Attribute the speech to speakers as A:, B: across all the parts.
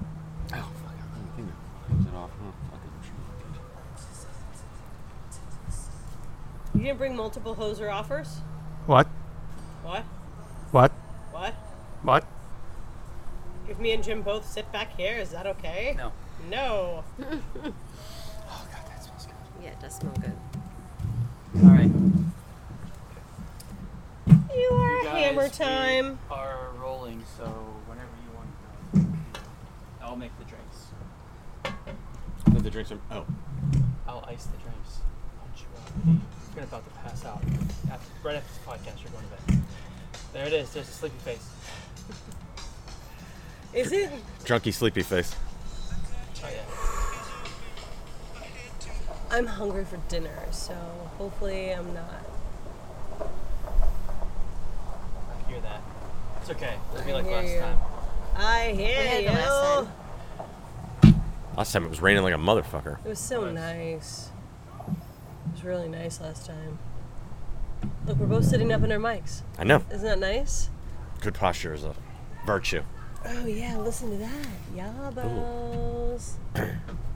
A: Oh, it off. Oh, fuck it, I'm sure
B: You didn't bring multiple hoser offers?
C: What?
B: What?
C: What?
B: What?
C: What?
B: If me and Jim both sit back here, is that okay?
A: No.
B: No.
A: you did. Oh god, that smells good.
D: Yeah, it does smell good.
A: All right.
B: You are
E: guys,
B: hammer
E: we
B: time.
E: Are rolling, so whenever you want to. I'll make the drinks.
A: Let the drinks are. Oh.
E: I'll ice the drinks. Punch you up. You're about to pass out. After, right after this podcast, you're going to bed. There it is. There's a sleepy face.
B: Is it?
A: Drunky sleepy face.
E: Oh yeah.
B: I'm hungry for dinner, so hopefully I'm not.
E: I hear that. It's okay. It'll be
B: I
E: like
B: hear
E: last
B: you.
E: time.
B: I
D: We
B: hear
D: had it
B: you.
D: the last time.
A: Last time it was raining like a motherfucker.
B: It was so
E: Nice.
B: nice. It was really nice last time. Look, we're both sitting up in our mics.
A: I know.
B: Isn't that nice?
A: Good posture is a virtue.
B: Oh yeah, listen to that. Yabos.
A: Are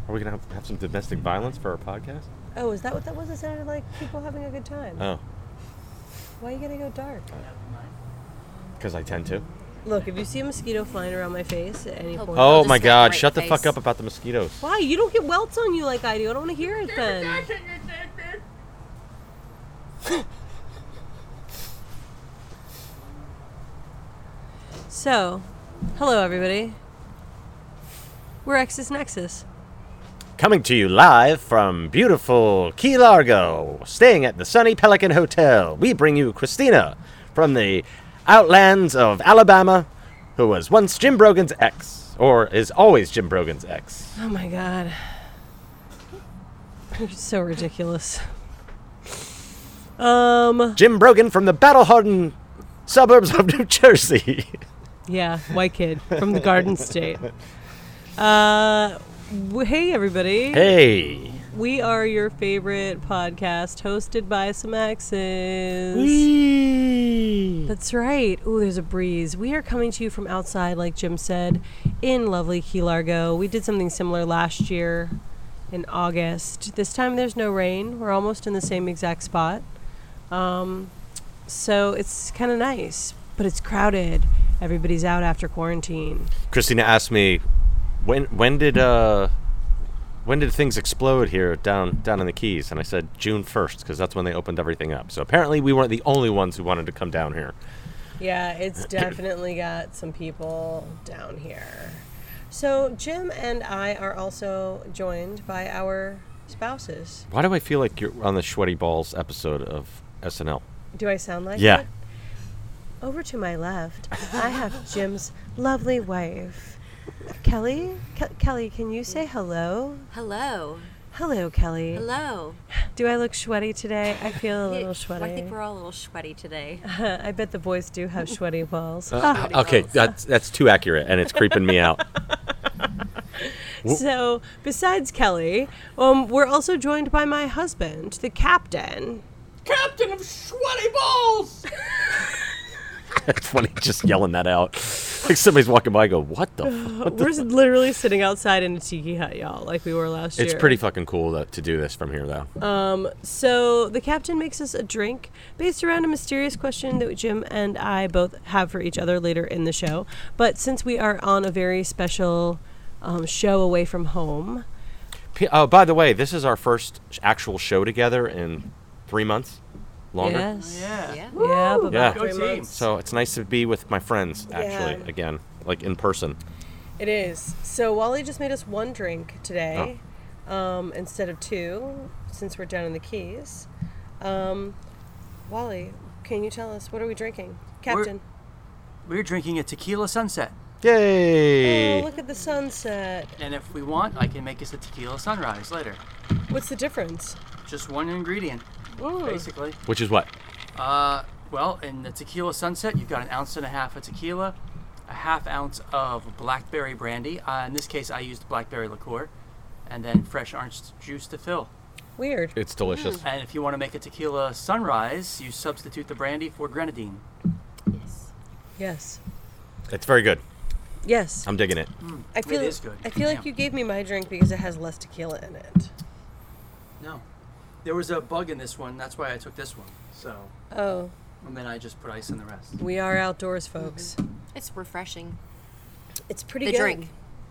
A: we gonna have, have some domestic violence for our podcast?
B: Oh, is that what that was? It sounded like people having a good time.
A: Oh,
B: Why are you gonna go dark?
A: because I tend to.
B: Look, if you see a mosquito flying around my face at any
D: Oh,
B: point.
A: Oh
D: just
A: my
D: get
A: god,
D: right
A: shut the
D: face.
A: fuck up about the mosquitoes.
B: Why? You don't get welts on you like I do. I don't want to hear it then. So, hello everybody. We're Exis Nexus.
A: Coming to you live from beautiful Key Largo, staying at the Sunny Pelican Hotel, we bring you Christina from the outlands of Alabama, who was once Jim Brogan's ex, or is always Jim Brogan's ex.
B: Oh my god. You're so ridiculous. Um,
A: Jim Brogan from the battle hardened suburbs of New Jersey.
B: yeah, white kid from the Garden State. Uh, w- hey everybody.
A: hey.
B: We are your favorite podcast hosted by some exes.
A: Wee.
B: That's right. Ooh, there's a breeze. We are coming to you from outside, like Jim said, in lovely Key Largo. We did something similar last year in August. This time there's no rain. We're almost in the same exact spot. Um, so it's kind of nice, but it's crowded. Everybody's out after quarantine.
A: Christina asked me, when when did uh when did things explode here down down in the Keys? And I said June first because that's when they opened everything up. So apparently we weren't the only ones who wanted to come down here.
B: Yeah, it's definitely got some people down here. So Jim and I are also joined by our spouses.
A: Why do I feel like you're on the Sweaty Balls episode of SNL?
B: Do I sound like
A: Yeah.
B: it? Over to my left, I have Jim's lovely wife, Kelly. Ke- Kelly, can you say hello?
D: Hello.
B: Hello, Kelly.
D: Hello.
B: Do I look sweaty today? I feel a little sweaty. Uh,
D: I think we're all a little sweaty today.
B: I bet the boys do have sweaty balls.
A: okay, that's that's too accurate, and it's creeping me out.
B: So, besides Kelly, um, we're also joined by my husband, the captain.
E: Captain of Sweaty Balls!
A: It's funny just yelling that out. Like somebody's walking by, I go, "What the?" F-?
B: We're s- literally sitting outside in a tiki hut, y'all, like we were last year.
A: It's pretty fucking cool to, to do this from here, though.
B: So, the captain makes us a drink based around a mysterious question that Jim and I both have for each other later in the show. But since we are on a very special um, show away from home,
A: P- oh, by the way, this is our first sh- actual show together in three months, longer.
B: yes.
E: Yeah.
D: Yeah.
B: Yeah, but
A: Yeah.
B: about
A: Go
B: three
E: team.
B: months.
A: So it's nice to be with my friends actually
B: Yeah.
A: again, like in person.
B: It is. So Wally just made us one drink today um, instead of two, since we're down in the Keys. Um, Wally, can you tell us what are we drinking, Captain?
E: We're drinking a tequila sunset.
A: Yay!
B: Oh, look at the sunset.
E: And if we want, I can make us a tequila sunrise later.
B: What's the difference?
E: Just one ingredient,
B: Ooh.
E: basically.
A: Which is what?
E: Uh, well, in the tequila sunset, you've got an ounce and a half of tequila, a half ounce of blackberry brandy. Uh, in this case, I used blackberry liqueur, and then fresh orange juice to fill.
B: Weird.
A: It's delicious.
B: Hmm.
E: And if you want to make a tequila sunrise, you substitute the brandy for grenadine.
D: Yes.
B: Yes.
A: It's very good.
B: Yes.
A: I'm digging it.
B: I feel
E: is good.
B: I feel like
E: Damn.
B: you gave me my drink because it has less tequila in it.
E: No. There was a bug in this one. That's why I took this one. So,
B: Oh,
E: and then I just put ice in the rest.
B: we are outdoors, folks.
D: It's refreshing.
B: Mm-hmm. It's pretty
D: The
B: good.
D: drink,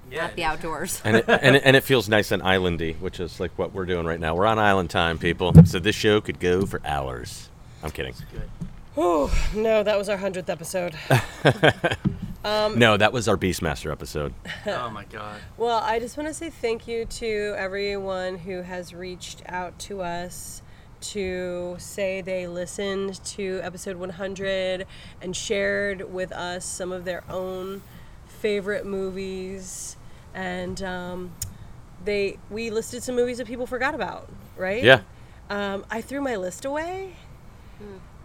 E: Yeah.
D: not the outdoors.
A: And it, and it, and it feels nice and islandy, which is like what we're doing right now. We're on island time, people. So this show could go for hours. I'm kidding.
E: Good.
B: Whew, no, that was our hundredth episode. Um,
A: no, that was our Beastmaster episode.
E: Oh my god.
B: Well, I just want to say thank you to everyone who has reached out to us to say they listened to episode 100 and shared with us some of their own favorite movies. And um, they we listed some movies that people forgot about, right?
A: Yeah.
B: Um, I threw my list away.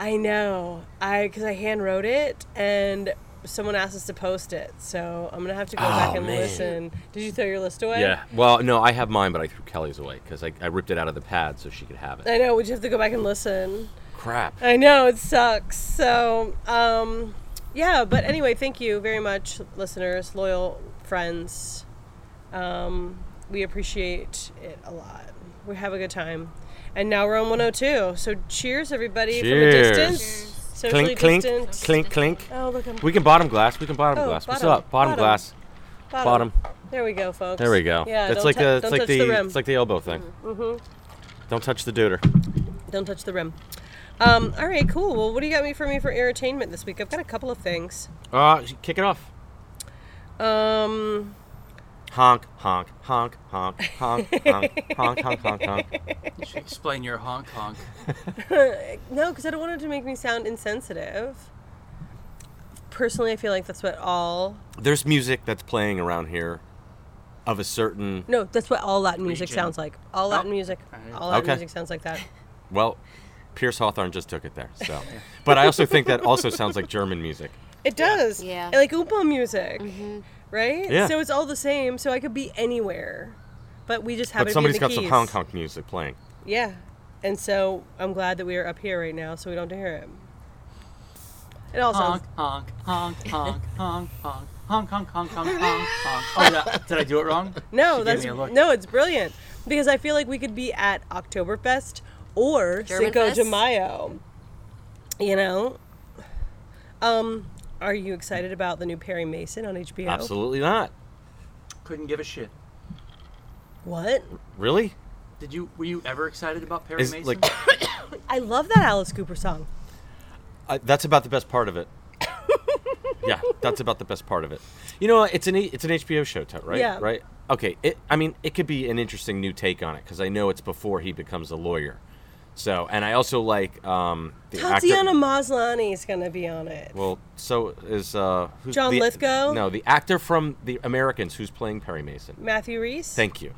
B: I know. I because I hand wrote it and someone asked us to post it, so I'm gonna have to go back
A: Oh,
B: and
A: man.
B: listen. Did you throw your list away?
A: Yeah. Well, no, I have mine, but I threw Kelly's away because I, I ripped it out of the pad so she could have it.
B: I know. We just have to go back and listen.
A: Crap.
B: I know it sucks. So, um, yeah. But anyway, thank you very much, listeners, loyal friends. Um, we appreciate it a lot. We have a good time, and now we're on 102. So, cheers, everybody,
A: Cheers.
B: from a distance, socially
A: Clink, clink,
B: distant.
A: clink, clink.
B: Oh, look, I'm
A: We can bottom glass. We can bottom
B: Oh,
A: glass.
B: bottom,
A: What's up? Bottom,
B: bottom.
A: glass. Bottom.
B: There we go, folks.
A: There we go.
B: Yeah,
A: That's
B: don't
A: like
B: tou-
A: the, it's
B: don't
A: like
B: touch
A: the,
B: the, rim.
A: it's like the elbow thing. Mm-hmm. Don't touch the deuter.
B: Don't touch the rim. Um, all right, cool. Well, what do you got me for me for entertainment this week? I've got a couple of things.
A: Uh, kick it off.
B: Um,
A: Honk, honk, honk, honk, honk, honk, honk, honk, honk, honk.
E: You should explain your Hong Kong.
B: no, because I don't want it to make me sound insensitive. Personally, I feel like that's what all
A: There's music that's playing around here of a certain.
B: no, that's what all Latin music
E: Region.
B: sounds like. All Latin music,
E: Alright.
B: all Latin
A: Okay.
B: music sounds like that.
A: Well, Pierce Hawthorne just took it there. So, but I also think that also sounds like German music.
B: It does.
D: Yeah.
B: Like Oompa music, right?
A: Yeah.
B: So it's all the same. So I could be anywhere, but we just happen
A: But
B: to be in
A: somebody's
B: the
A: got some
B: Keys.
A: Hong Kong music playing.
B: Yeah. And so I'm glad that we are up here right now so we don't hear him. It also
E: Honk, honk, honk, honk, honk, honk, honk, honk, honk, honk, honk, honk. Oh, that, did I do it wrong?
B: No,
E: She gave
B: that's
E: me a look.
B: no, it's brilliant. Because I feel like we could be at Oktoberfest or Cinco de
D: Germanfest?
B: Mayo. You know? Um are you excited about the new Perry Mason on HBO?
A: Absolutely not.
E: Couldn't give a shit.
B: What?
A: Really?
E: Did you? Were you ever excited about Perry
A: Is
E: Mason?
A: like
B: I love that Alice Cooper song.
A: I, that's about the best part of it. yeah, that's about the best part of it. You know, what? it's an E- it's an HBO show, Tut, right?
B: Yeah.
A: Right. Okay. It. I mean, it could be an interesting new take on it because I know it's before he becomes a lawyer. So, and I also like um, the
B: Tatiana
A: actor.
B: Maslany is gonna be on it.
A: Well, so is uh, who's
B: John
A: the-
B: Lithgow?
A: No, the actor from The Americans who's playing Perry Mason.
B: Matthew Reese.
A: Thank you.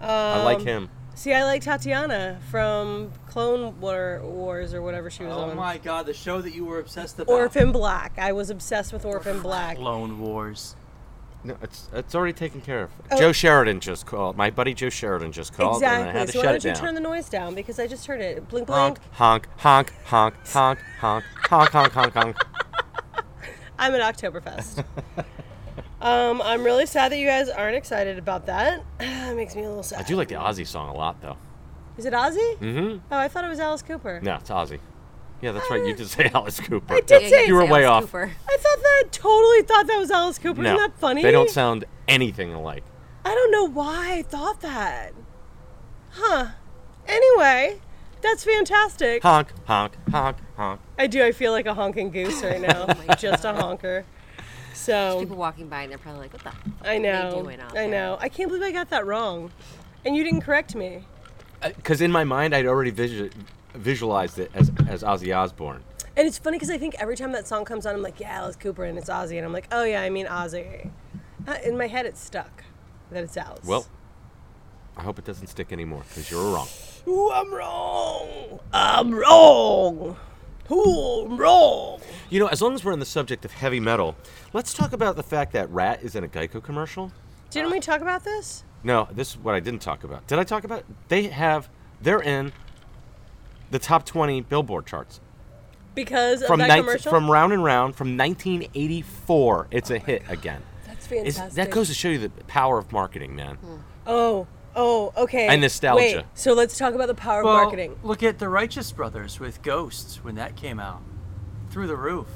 A: I like
B: Um,
A: him.
B: See, I like Tatiana from Clone War Wars or whatever she was
E: oh
B: on.
E: my god, the show that you were obsessed about.
B: Orphan Black. I was obsessed with Orphan Black.
E: Lone Wars.
A: No, it's it's already taken care of.
B: Oh.
A: Joe Sheridan just called. My buddy Joe Sheridan just called, and I
B: Exactly.
A: had to
B: So why
A: shut
B: don't
A: it
B: you
A: down.
B: turn the noise down? Because I just heard it. Blink, blink.
A: honk, honk, honk, honk, honk, honk, honk, honk, honk, honk.
B: I'm at Oktoberfest. um, I'm really sad that you guys aren't excited about that. it makes me a little sad.
A: I do like the Ozzy song a lot, though.
B: Is it Ozzy? Mm-hmm. Oh, I thought it was Alice Cooper.
A: No, it's Ozzy. Yeah, that's right. You did say Alice Cooper.
B: I did
D: Yeah,
B: say
D: can
A: You were
D: say
A: way
D: Alice
A: off.
D: Cooper.
B: I thought that. Totally thought that was Alice Cooper.
A: No,
B: Isn't that funny?
A: they don't sound anything alike.
B: I don't know why I thought that. Huh. Anyway, that's fantastic.
A: Honk, honk, honk, honk.
B: I do. I feel like a honking goose right now.
D: my
B: just a honker.
D: People
B: So
D: walking by and they're probably like, "What the?" fuck
B: I
D: are they
B: know.
D: doing out
B: I
D: there?"
B: know. I can't believe I got that wrong, and you didn't correct me.
A: Because Uh, in my mind, I'd already visu- visualized it as as Ozzy Osbourne.
B: And it's funny because I think every time that song comes on, I'm like, yeah, Alice Cooper, and it's Ozzy, and I'm like, oh yeah, I mean Ozzy. Uh, in my head, it's stuck that it's Alice.
A: Well, I hope it doesn't stick anymore because you're wrong.
B: Ooh, I'm wrong. I'm wrong. Ooh, I'm wrong.
A: You know, as long as we're on the subject of heavy metal, let's talk about the fact that Rat is in a Geico commercial.
B: Didn't we talk about this?
A: No, this is what I didn't talk about. Did I talk about? They have. They're in the top 20 Billboard charts
B: Because
A: from
B: of that
A: night,
B: commercial.
A: from Round and Round from 1984. It's a hit again.
B: It's
A: It's,
B: fantastic.
A: that goes to show you the power of marketing, man.
B: Oh, oh, okay.
A: And nostalgia.
B: Wait, so let's talk about the power
E: Well,
B: of marketing.
E: Look at the Righteous Brothers with Ghosts when that came out. Through the roof.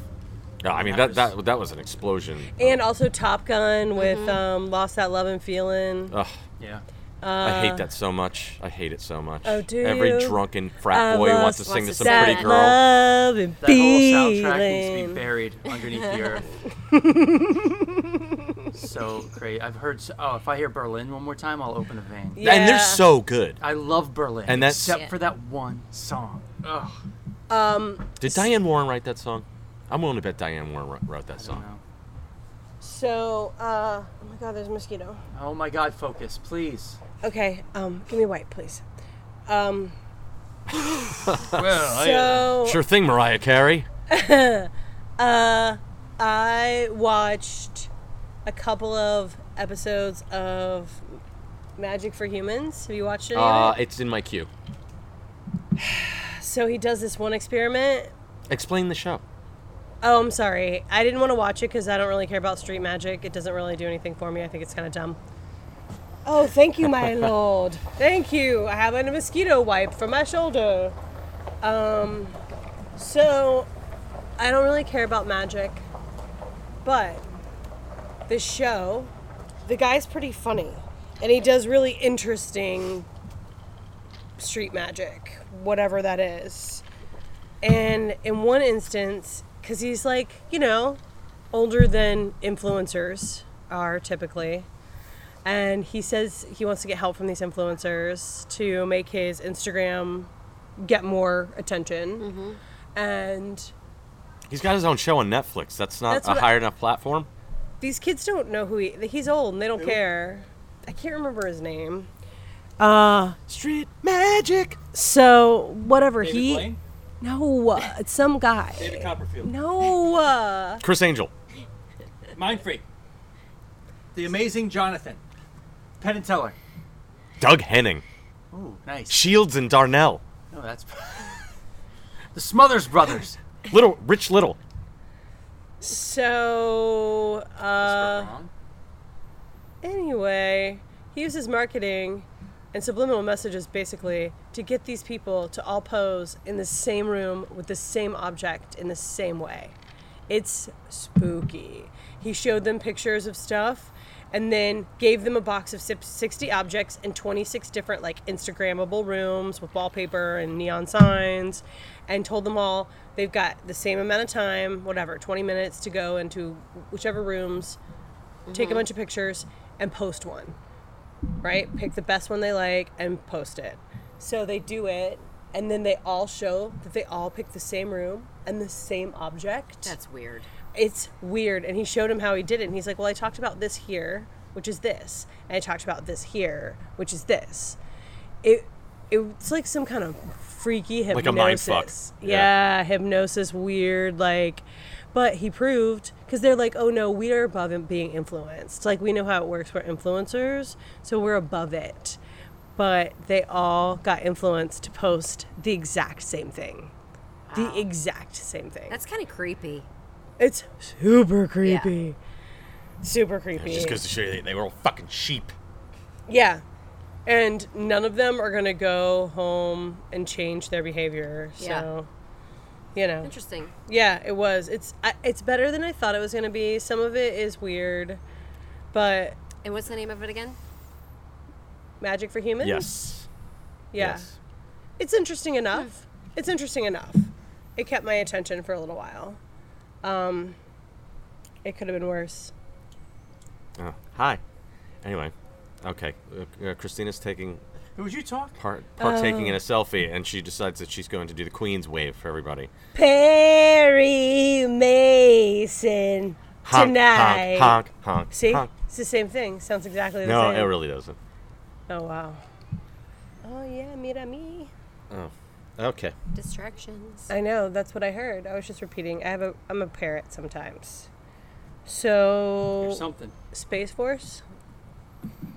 A: No, I mean that,
E: That
A: that that was an explosion.
B: And also Top Gun with um, Lost That Love and Feeling.
A: Ugh,
E: Yeah.
A: I hate that so much. I hate it so much.
B: uh, oh, do
A: Every
B: you? Uh,
A: drunken
B: I
A: frat Oh, boy wants to
B: lost
A: sing to
D: wants
A: some
D: to
A: pretty
D: sing.
A: girl.
B: Love and
E: That whole soundtrack needs to be
B: feeling.
E: buried underneath the earth. so great. I've heard. s- Oh, if I hear Berlin one more time, I'll open a vein.
A: And
B: Yeah.
A: they're so good.
E: I love Berlin,
A: And that's-
E: except
D: Yeah.
E: for that one song. Ugh.
A: Did Diane Warren write that song? I'm willing to bet Diane Warren wrote, wrote that
E: I don't
A: song.
E: know.
B: So, uh, oh my God, there's a mosquito.
E: Oh my God! Focus, please.
B: Okay, um, give me a white, please. Um,
E: Well,
B: so
A: uh, Sure thing, Mariah Carey.
B: I watched a couple of episodes of Magic for Humans. Have you watched any
A: Uh,
B: of
A: it's in my queue.
B: it? So he does this one experiment.
A: Explain the show.
B: Oh, I'm sorry. I didn't want to watch it because I don't really care about street magic. It doesn't really do anything for me. I think it's kind of dumb. Oh, thank you, my lord. Thank you. I have a mosquito wipe for my shoulder. Um, so I don't really care about magic, but the show, the guy's pretty funny, and he does really interesting street magic, whatever that is. And in one instance, because he's like, you know, older than influencers are typically. And he says he wants to get help from these influencers to make his Instagram get more attention.
F: Mm-hmm.
B: And
A: He's got his own show on Netflix. That's not
B: That's
A: a
B: what I-
A: higher enough platform.
B: these kids don't know who he he's old and they don't care. I can't remember his name.
F: Uh,
A: Street magic.
B: So whatever
F: David
B: he
F: Blaine?
B: no, it's some guy.
F: David Copperfield.
B: No, uh,
A: Chris Angel.
F: Mind Freak. The Amazing Jonathan.
E: Penn and Teller.
A: Doug Henning.
E: Ooh, nice.
A: Shields and Darnell.
E: No, that's the Smothers Brothers.
A: Little Rich Little.
B: so uh,
E: Wrong.
B: Anyway, he uses marketing and subliminal messages basically to get these people to all pose in the same room with the same object in the same way. It's spooky. He showed them pictures of stuff and then gave them a box of sip- 60 objects in 26 different like instagrammable rooms with wallpaper and neon signs and told them all they've got the same amount of time whatever 20 minutes to go into whichever rooms take a bunch of pictures and post one right pick the best one they like and post it so they do it and then they all show that they all picked the same room and the same object
D: That's weird.
B: it's weird and he showed him how he did it and he's like well i talked about this here which is this and i talked about this here which is this it it's like some kind of freaky hypnosis
A: Like a mind fuck.
B: Yeah. hypnosis weird like but he proved because they're like oh no we are above in- being influenced like we know how it works we're influencers so we're above it but they all got influenced to post the exact same thing the exact same thing
D: That's kind of creepy.
B: it's super creepy. Super creepy.
A: Just goes to show you they, they were all fucking sheep.
B: yeah. And none of them are going to go home and change their behavior.
D: Yeah.
B: So, you know.
D: Interesting.
B: Yeah, it was. It's I, it's better than I thought it was going to be. Some of it is weird, but
D: And what's the name of it again?
B: Magic for Humans?
A: Yes.
B: Yeah.
A: Yes.
B: It's interesting enough. It's interesting enough. It kept my attention for a little while. Um, it could have been worse.
A: Oh, hi. Anyway, okay. Uh, uh, Christina's taking
E: Who would you talk?
B: Oh.
A: part partaking in a selfie, and she decides that she's going to do the Queen's wave for everybody.
B: Perry Mason
A: Honk,
B: tonight.
A: honk, honk, honk.
B: See,
A: honk.
B: it's the same thing. Sounds exactly the
A: No,
B: same.
A: it really doesn't.
B: Oh wow. Oh yeah, mira me.
A: Okay.
D: Distractions.
B: I know. That's what I heard. I was just repeating. I have a. I'm a parrot sometimes. So
E: Or something.
B: space force.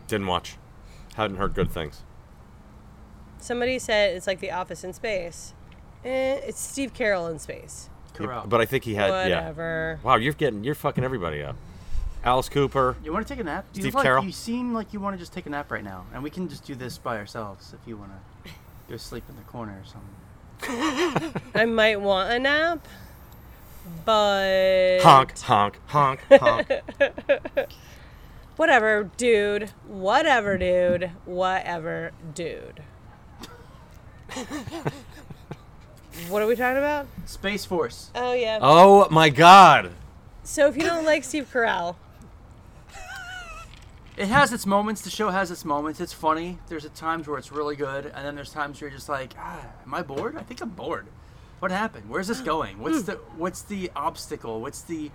A: Didn't watch. Hadn't heard good things.
B: Somebody said it's like The Office in space. Eh, it's Steve Carroll in space.
A: You-
E: Corral.
A: But I think he had.
B: Whatever.
A: Yeah. Wow, you're getting you're fucking everybody up. Alice Cooper.
E: You want to take a nap? You
A: Steve
E: look like-
A: Carell.
E: You seem like you want to just take a nap right now, and we can just do this by ourselves if you want to go sleep in the corner or something.
B: I might want a nap, but
A: Honk, honk, honk, honk.
B: whatever, dude. Whatever, dude. Whatever, dude. what are we talking about?
E: Space Force.
B: Oh yeah.
A: oh my God.
B: So if you don't like Steve Carell,
E: It has its moments. The show has its moments. It's funny. There's at times where it's really good, and then there's times where you're just like, ah, am I bored? I think I'm bored. What happened? Where's this going? What's the what's the obstacle? What's the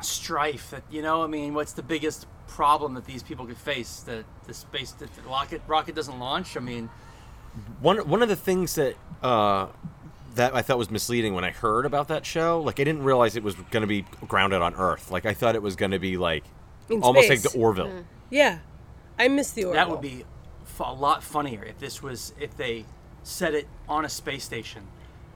E: strife that you know? I mean, what's the biggest problem that these people could face? That the space that the rocket rocket doesn't launch. I mean,
A: One one of the things that uh, that I thought was misleading when I heard about that show, like I didn't realize it was going to be grounded on Earth. Like I thought it was going to be like
B: In
A: almost
B: space. Hmm.
A: like the Orville.
B: yeah, I miss the Orville.
E: that would be f- a lot funnier if this was if they set it on a space station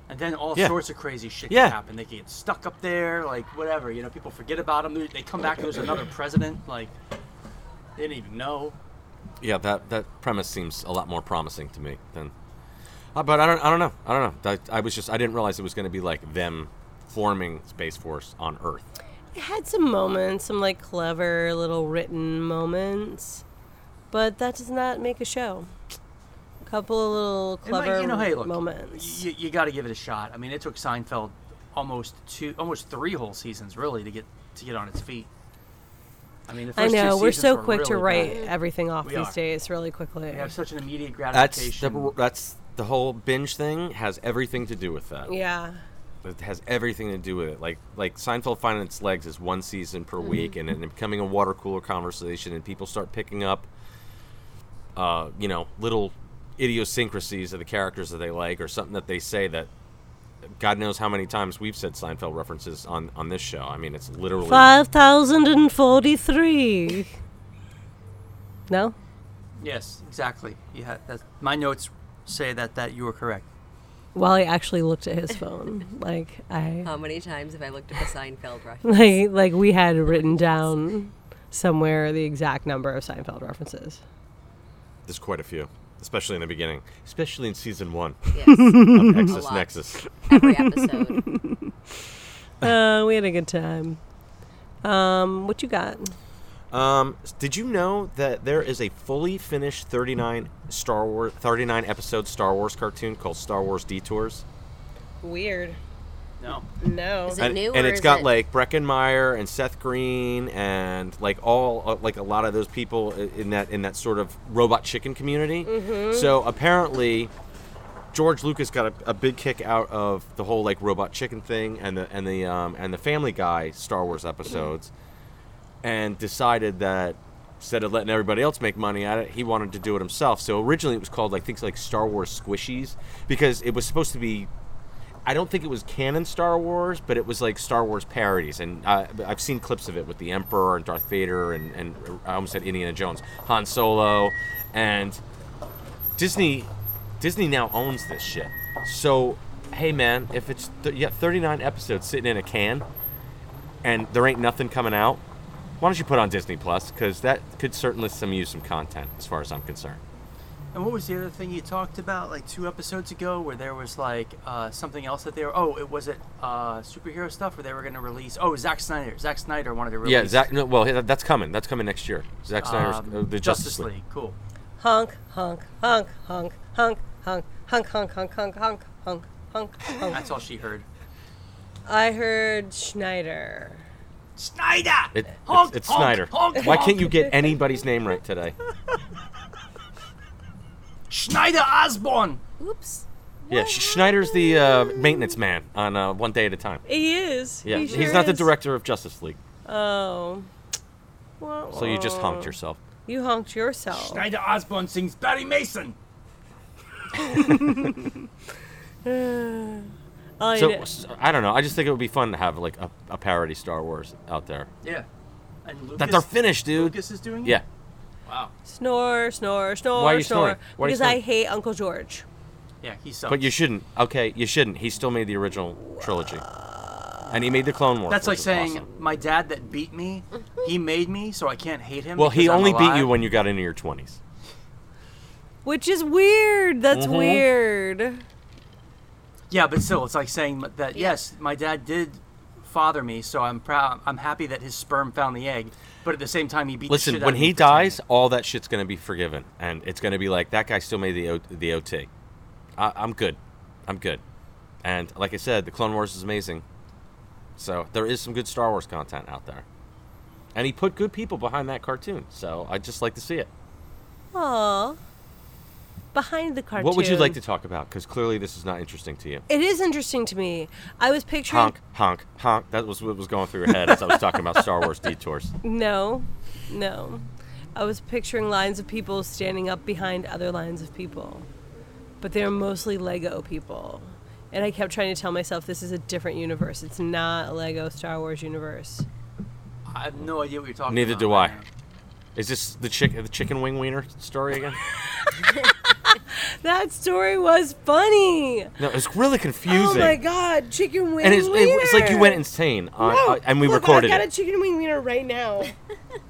E: and then all
A: Yeah.
E: sorts of crazy shit
A: Yeah.
E: can happen they can get stuck up there like whatever you know people forget about them they, they come back there's another president like they didn't even know
A: Yeah, that that premise seems a lot more promising to me than. Uh, but I don't I don't know I don't know. I, I was just I didn't realize it was going to be like them forming Space Force on Earth.
B: It had some moments, some like clever little written moments, but that does not make a show. A couple of little
E: It might-
B: clever
E: you know hey look
B: moments.
E: You, you got to give it a shot i mean it took seinfeld almost two almost three whole seasons really to get to get on its feet i mean the
B: I
E: first two
B: know we're
E: seasons
B: so
E: were
B: quick to
E: really
B: write
E: bad.
B: everything off
E: We
B: these
E: are.
B: days really quickly.
E: they
B: Yeah,
E: have such an immediate
A: That's the
E: gratification
A: that's the whole binge thing has everything to do with that. It has everything to do with it. Like like Seinfeld finding its legs is one season per week, and then it becoming a water cooler conversation, and people start picking up, uh, you know, little idiosyncrasies of the characters that they like, or something that they say that. God knows how many times we've said Seinfeld references on on this show. I mean, it's literally
B: five thousand and forty-three. No,
E: Yes, exactly. Yeah, that's, my notes say that that you were correct.
B: Wally actually looked at his phone. Like I,
D: How many times have I looked at the Seinfeld reference?
B: like like we had written down somewhere the exact number of Seinfeld references.
A: there's quite a few, especially in the beginning, especially in season one
D: Yes.
A: of Nexus
D: lot.
A: Nexus.
D: Every episode.
B: Uh, we had a good time. Um, what you got?
A: Um, s- did you know that there is a fully finished 39 Star Wars 39 episode Star Wars cartoon called Star Wars Detours?
B: Weird.
E: No.
B: No.
D: Is it
A: and,
D: new
A: and
D: or
A: it's
D: is
A: got
D: it-
A: like Breckenmeyer and Seth Green and like all uh, like a lot of those people i- in that in that sort of robot chicken community.
D: Mm-hmm.
A: So apparently, George Lucas got a, a big kick out of the whole like robot chicken thing and the and the um, and the Family Guy Star Wars episodes,
D: Mm-hmm.
A: and decided that instead of letting everybody else make money at it, he wanted to do it himself. So originally it was called like things like Star Wars Squishies because it was supposed to be I don't think it was canon Star Wars, but it was like Star Wars parodies, and uh, I've seen clips of it with the Emperor and Darth Vader, and, and I almost said Indiana Jones, Han Solo, and Disney. Disney now owns this shit. So, hey man, if it's th- you got 39 episodes sitting in a can, and there ain't nothing coming out, why don't you put it on Disney Plus? Because that could certainly some use some content, as far as I'm concerned.
E: And what was the other thing you talked about like two episodes ago where there was like uh, something else that they were oh it was it uh, superhero stuff where they were gonna release oh Zack Snyder Zack Snyder wanted to release
A: Yeah, Zach. No, well, that- that's coming. That's coming next year. Zack Snyder's
E: um,
A: uh, the Justice, League.
E: cool
B: Honk, honk, honk, honk, honk, honk, honk, honk, honk, honk, honk, honk, honk, honk.
E: that's all she heard
B: I heard Schneider.
E: Snyder
A: It,
E: Honk,
A: it's it's
E: honk,
A: Snyder.
E: honk,
A: Why
E: honk.
A: can't you get anybody's name right today?
E: Schneider Osborne
D: Oops.
A: Yeah, Sch- Schneider's the uh, maintenance man on uh, One Day at a Time.
B: He is.
A: Yeah,
B: he
A: he's
B: sure
A: not the
B: is.
A: director of Justice League,
B: Oh.
A: so you just honked yourself.
B: You honked yourself.
E: Schneider Osborne sings Barry Mason
B: All Oh, you
A: So
B: did-
A: s- I don't know. I just think it would be fun to have like a, a parody Star Wars out there
E: yeah and Lucas
A: that they're finished, dude.
E: Lucas is doing it?
A: Yeah,
E: wow
B: snore, snore, snore,
A: Why are you
B: snore.
A: snoring? Why are you
B: because I
A: snoring?
B: hate Uncle George.
E: yeah he sucks
A: but you shouldn't. Okay, you shouldn't. He still made the original trilogy, and he made the Clone Wars.
E: that's like
A: which is
E: saying
A: awesome.
D: Mm-hmm.
E: my dad that beat me He made me, so I can't hate him.
A: Well, he
E: because I'm
A: only beat you
E: alive.
A: when you got into your 20s.
B: Which is weird. That's
A: Mhm.
B: weird.
E: Yeah, but still, it's like saying that yes, my dad did father me, so I'm proud. I'm happy that his sperm found the egg. But at the same time, he beat. the
A: Listen,
E: shit out
A: when
E: of me
A: he
E: for ten
A: dies,
E: years.
A: all that shit's going to be forgiven. And it's going to be like, that guy still made the, o- the OT. I- I'm good. I'm good. And like I said, The Clone Wars is amazing. So there is some good Star Wars content out there. And he put good people behind that cartoon. So I'd just like to see it.
B: Aw. Behind the cartoon.
A: What would you like to talk about? Because clearly this is not interesting to you.
B: It is interesting to me. I was picturing.
A: Honk, honk, honk. That was what was going through your head as I was talking about Star Wars detours.
B: No, no. I was picturing lines of people standing up behind other lines of people, but they're mostly Lego people. And I kept trying to tell myself this is a different universe. It's not Lego Star Wars universe.
E: I have no idea what you're talking.
A: Neither
E: about
A: do
E: right
A: I.
E: now.
A: Is this the chick, the chicken wing wiener story again?
B: That story was funny.
A: No, it's really confusing.
B: Oh my god, chicken wing
A: And it's, it-
B: wiener.
A: it's like you went insane, on,
B: No,
A: uh, and we
B: look,
A: recorded
B: I got
A: it.
B: a chicken wing wiener right now.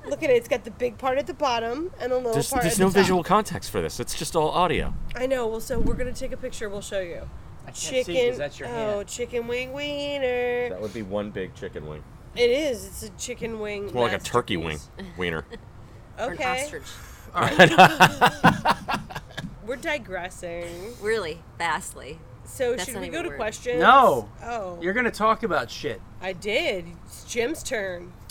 B: look at it. It's got the big part at the bottom and the little
A: There's,
B: part
A: there's
B: at
A: no
B: the top.
A: visual context for this. It's just all audio.
B: I know. Well, so we're gonna take a picture. We'll show you.
E: I can't see
B: chicken.
E: 'cause that's your
B: oh,
E: hand.
B: chicken wing wiener.
A: would be one big chicken wing.
B: It is. It's a chicken wing.
A: It's more like a turkey wing wiener.
D: Or an
B: Okay.
D: ostrich.
B: We're digressing.
D: Really, vastly.
B: So
D: That's
B: should
D: not
B: we
D: even
B: go
D: a
B: to
D: word.
B: questions?
E: No.
B: Oh,
E: You're gonna talk about shit.
B: I did. It's Jim's turn.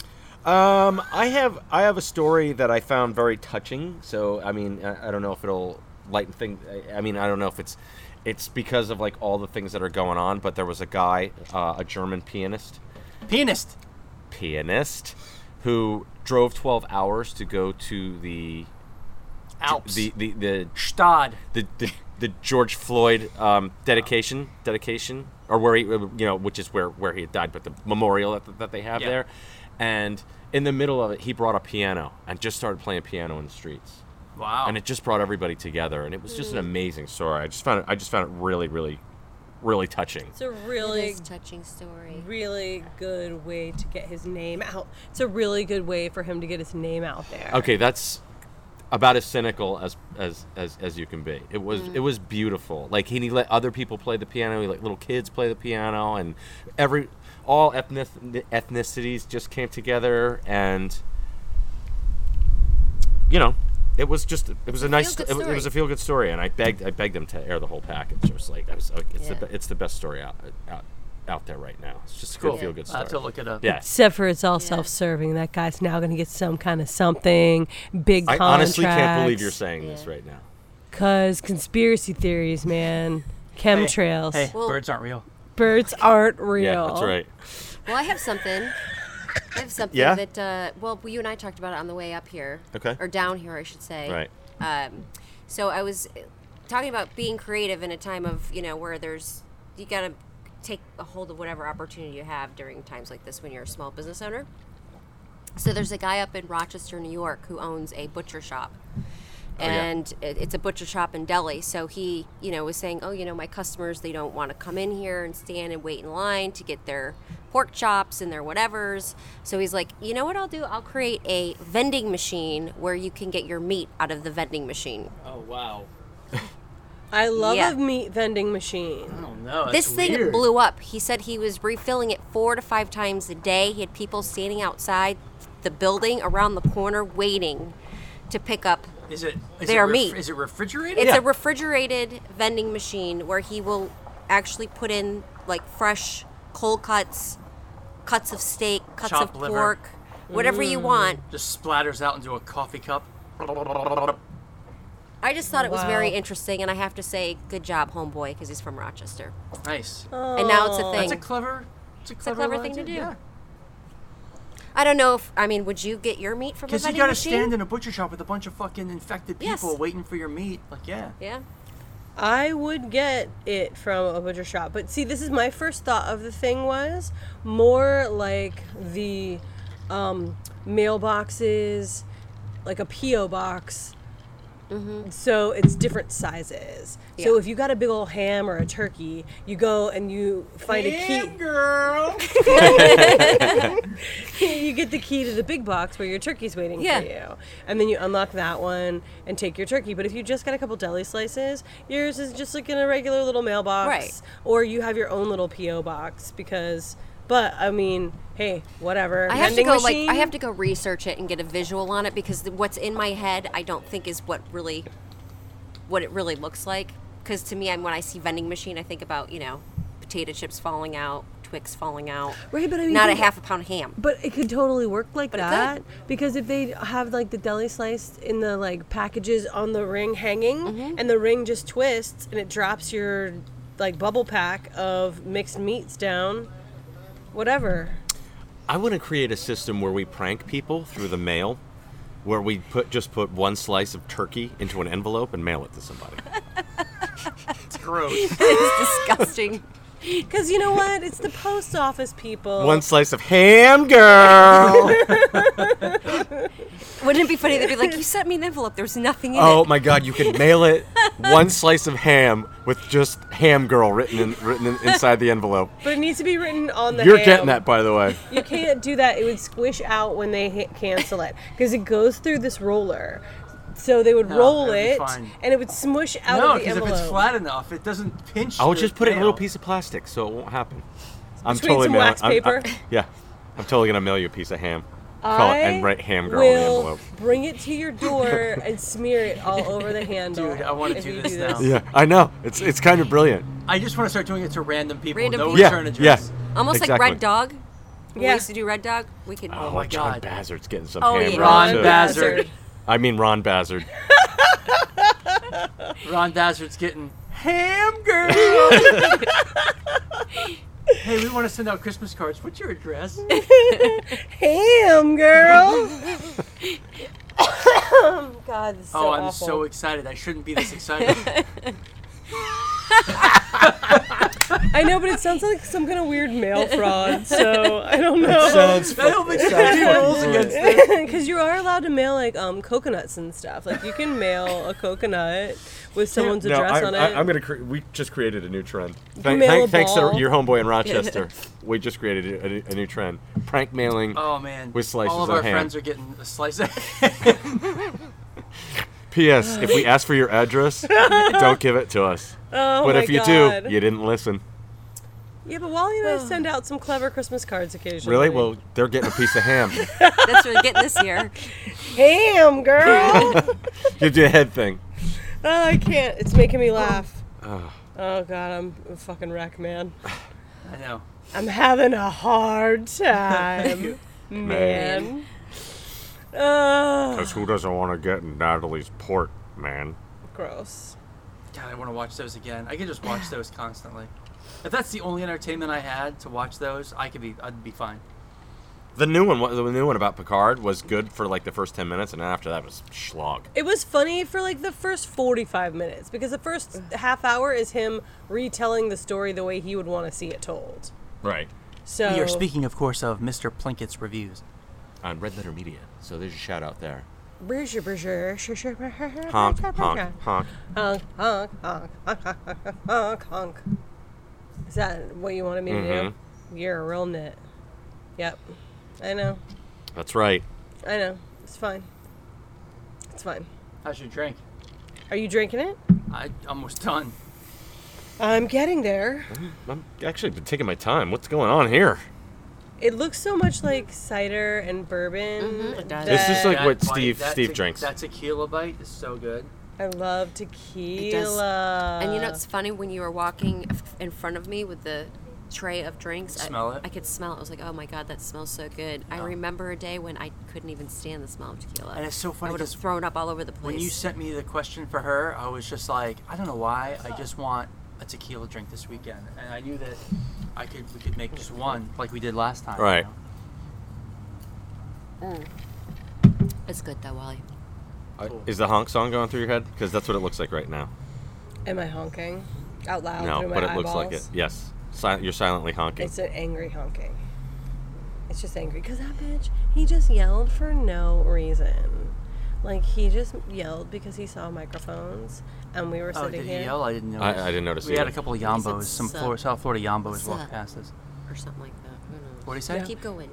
A: Um, I have I have a story that I found very touching. So I mean, I, I don't know if it'll lighten things. I, I mean, I don't know if it's it's because of like all the things that are going on. But there was a guy, uh, a German pianist,
E: Pianist.
A: pianist, who drove twelve hours to go to the
E: Alps.
A: the the the
E: Stad.
A: the, the, the George Floyd um, dedication dedication or where he you know which is where where he had died but the memorial that, that they have
E: Yeah.
A: there and in the middle of it he brought a piano and just started playing piano in the streets
E: Wow.
A: and it just brought everybody together and it was just an amazing story I just found it I just found it really really really touching
B: It's a
D: Really
B: really,
D: touching story.
B: really good way to get his name out. It's a really good way for him to get his name out there.
A: okay that's about as cynical as as as, as you can be it was
D: Mm.
A: it was beautiful like he, let other people play the piano he let little kids play the piano and every all ethnic ethnicities just came together and you know it was just it was a nice it,
D: feel-good
A: wa- it was a
D: story.
A: feel good story and i begged i begged them to air the whole package it was like, I was like it's
D: Yeah.
A: the the it's the best story out out out there right now it's just a
E: cool.
A: good feel good
E: I'll
A: story
E: have to look it up.
A: yeah
B: Except for it's all self-serving. That guy's now going to get some kind of something big.
A: i honestly can't believe
B: contracts.
A: you're saying this
D: Yeah.
A: right now
B: Cause conspiracy theories, man. Chemtrails.
E: Hey,
D: Well-
E: birds aren't real.
B: Birds aren't real.
A: yeah that's right
D: Well, I have something. I have something
A: Yeah?
D: that, uh, well, you and I talked about it on the way up here.
A: Okay.
D: Or down here, I should say.
A: Right.
D: Um, so I was uh, talking about being creative in a time of, you know, where there's, you got to take a hold of whatever opportunity you have during times like this when you're a small business owner. So there's a guy up in Rochester, New York, who owns a butcher shop.
E: Oh,
A: yeah.
D: And it it's a butcher shop in Delhi. So he, you know, was saying, oh, you know, my customers, they don't want to come in here and stand and wait in line to get their pork chops and their whatevers. So he's like, you know what I'll do? I'll create a vending machine where you can get your meat out of the vending machine.
F: Oh wow.
B: I love
D: Yeah.
B: a meat vending machine.
E: I don't know.
D: this
E: Oh, that's
D: thing
E: weird.
D: blew up. He said he was refilling it four to five times a day. He had people standing outside the building around the corner waiting to pick up
E: Is it? Is
D: They are
E: it
D: meat.
E: Is it refrigerated?
D: It's a refrigerated vending machine where he will actually put in like fresh cold cuts, cuts of steak, cuts
E: Chopped
D: of
E: liver. Mm.
D: pork, whatever you want.
E: just splatters out into a coffee cup.
D: I just thought it was very
B: Wow.
D: interesting, and I have to say, good job, homeboy, because he's from Rochester.
E: Nice.
D: And now Oh. it's a
E: That's a
D: thing.
E: clever. It's a
D: a
E: clever,
D: clever thing
E: idea,
D: to do.
E: Yeah.
D: I don't know if I mean, would you get your meat from a
E: Because you
D: vending
E: gotta
D: machine?
E: stand in a butcher shop with a bunch of fucking infected people
D: Yes.
E: waiting for your meat. Like, yeah.
D: yeah.
B: I would get it from a butcher shop. But see, this is my first thought of the thing was more like the um, mailboxes, like a P.O. box So it's different sizes. So
D: Yeah.
B: if you got a big old ham or a turkey, you go and you find a key.
F: girl.
B: You get the key to the big box where your turkey's waiting
D: Yeah.
B: for you, and then you unlock that one and take your turkey. But if you just got a couple deli slices, yours is just like in a regular little mailbox,
D: Right.
B: Or you have your own little PO box because. But I mean, hey, whatever.
D: I have to
B: Vending
D: go
B: machine?
D: like I have to go research it and get a visual on it because the, what's in my head I don't think is what really what it really looks like because to me I'm, when I see vending machine I think about you know potato chips falling out Twix falling out
B: Right, but I mean,
D: not a
B: think-
D: half a pound ham
B: But it could totally work like
D: it
B: that because if they have like the deli slice in the like packages on the ring hanging,
E: Mm-hmm.
B: and the ring just twists and it drops your like bubble pack of mixed meats down, whatever.
A: I want to create a system where we prank people through the mail, where we put just put one slice of turkey into an envelope and mail it to somebody.
E: It's gross.
D: it's disgusting
B: Because you know what? It's the post office people.
A: one slice of ham, girl.
D: wouldn't it be funny they'd be like you sent me an envelope there was nothing in
A: oh
D: it
A: my God, you could mail it one slice of ham with just ham girl written in, written in, inside the envelope.
B: but it needs to be written on the.
A: You're
B: ham.
A: getting that, by the way.
B: You can't do that. It would squish out when they hit cancel it because it goes through this roller. So they would
E: No,
B: roll
E: that'd be
B: it,
E: fine.
B: and it would smush out
E: no,
B: of the
E: because if
B: envelope.
E: it's flat enough, it doesn't pinch.
A: I'll
E: the
A: just put it in a little
E: tail.
A: piece of plastic so it won't happen. I'm
B: Between some
A: mailing-
B: wax
A: I'm- I'm-
B: paper?
A: yeah, I'm totally gonna mail you a piece of ham. Call it and write ham girl on the
B: will
A: envelope.
B: Bring it to your door and smear it all over the handle.
E: Dude, I wanna
B: if
E: do
B: you
E: this now.
A: Yeah, I know. It's it's kind of brilliant.
E: I just want to start doing it to random people.
D: Random
E: no
D: people.
A: Yeah,
E: return
A: yeah.
E: address.
D: almost like
A: Exactly.
D: Red Dog when
B: Yeah.
D: we used to do Red Dog we could
E: Oh my
A: John
E: God.
A: Bazard's getting some
D: Oh,
A: ham.
D: yeah.
A: girl,
E: Ron
A: too.
E: Bazard.
A: I mean Ron Bazard.
E: Ron Bazard's getting ham girl. hey, we want to send out Christmas cards. What's your address?
B: Ham, girl. God, this is so
E: oh, I'm
B: awful.
E: so excited. I shouldn't be this excited.
B: I know, but it sounds like some kind of weird mail fraud. So I don't know.
A: Sounds
E: I don't think there's any rules against this.
B: Because you are allowed to mail like um coconuts and stuff. Like you can mail a coconut with someone's address
A: I,
B: on it.
A: I, I'm gonna. Cre- we just created a new trend. Thank,
B: mail
A: thank,
B: a
A: thanks to
B: ball.
A: your homeboy in Rochester. we just created a, a- a new trend: prank mailing.
E: Oh man,
A: With slices
E: all of
A: of
E: our
A: ham.
E: friends are getting a slice of
A: P.S. If we ask for your address, don't give it to us.
B: oh
A: but
B: my
A: if you
B: God.
A: do, you didn't listen.
B: yeah, but Wally and I send out some clever Christmas cards occasionally.
A: Really? Well, they're getting a piece of ham.
D: that's what we're getting this year
B: ham, girl.
A: you do a head thing.
B: Oh, I can't. It's making me laugh. Oh god, I'm a fucking wreck, man.
E: I know.
B: I'm having a hard time, man. Ugh,
A: Because who doesn't want to get in Natalie's port, man?
B: gross.
E: God, I want to watch those again. I could just watch those constantly. If that's the only entertainment I had to watch those, I could be. I'd be fine.
A: The new one, the new one about Picard was good for like the first ten minutes, and after that was schlog.
B: It was funny for like the first 45 minutes because the first half hour is him retelling the story the way he would want to see it told.
A: Right.
B: So
E: We are speaking, of course, of Mr. Plinkett's reviews.
A: On Red Letter Media, so there's a shout out there.
B: Brusher, brusher, shusher, brusher,
A: Honk,
B: brusher, brusher.
A: honk, honk.
B: honk, honk, honk, honk, honk, honk, honk. Is that what you wanted me to
A: Mm-hmm.
B: do? You're a real nit. Yep. I know.
A: That's right.
B: I know. It's fine. It's fine.
E: How's your drink?
B: Are you drinking it?
E: I almost done.
B: I'm getting there.
A: I'm actually been taking my time. What's going on here?
B: It looks so much like cider and bourbon.
D: Mm-hmm, it does.
A: This is
B: that
A: like- what
E: bite,
A: Steve-
E: that
A: Steve
E: te-
A: drinks.
E: That tequila bite is so good.
B: I love tequila.
D: And you know, it's funny when you were walking f- in front of me with the tray of drinks.
E: Smell
D: I,
E: it?
D: I could smell it. I was like, oh my god, that smells so good. I remember a day when I couldn't even stand the smell of tequila.
E: And it's so funny
D: I would have
E: 'cause
D: thrown up all over the place.
E: When you sent me the question for her, I was just like, I don't know why. I just want a tequila drink this weekend, and I knew that I could we could make just one like we did last time. you
A: Right.
E: know?
D: it's good though, Wally.
A: Uh, Is the honk song going through your head? Because that's what it looks like right now.
B: Am I honking out loud?
A: No,
B: through my
A: but it looks like it.
B: eyeballs?
A: Yes. Sil- you're silently honking.
B: It's an angry honking. It's just angry because that bitch, he just yelled for no reason. Like he just yelled because he saw microphones, and we were
E: Oh,
B: sitting
E: did he
B: here
E: yell? I didn't know.
A: I- I didn't notice
E: We had
A: either.
E: a couple of
D: said,
E: yombos, some
D: "Sup?"
E: Flor- South Florida yombos walked
D: Sup?
E: past us.
D: or something like that. Who knows?
E: What did he say?
D: Keep going.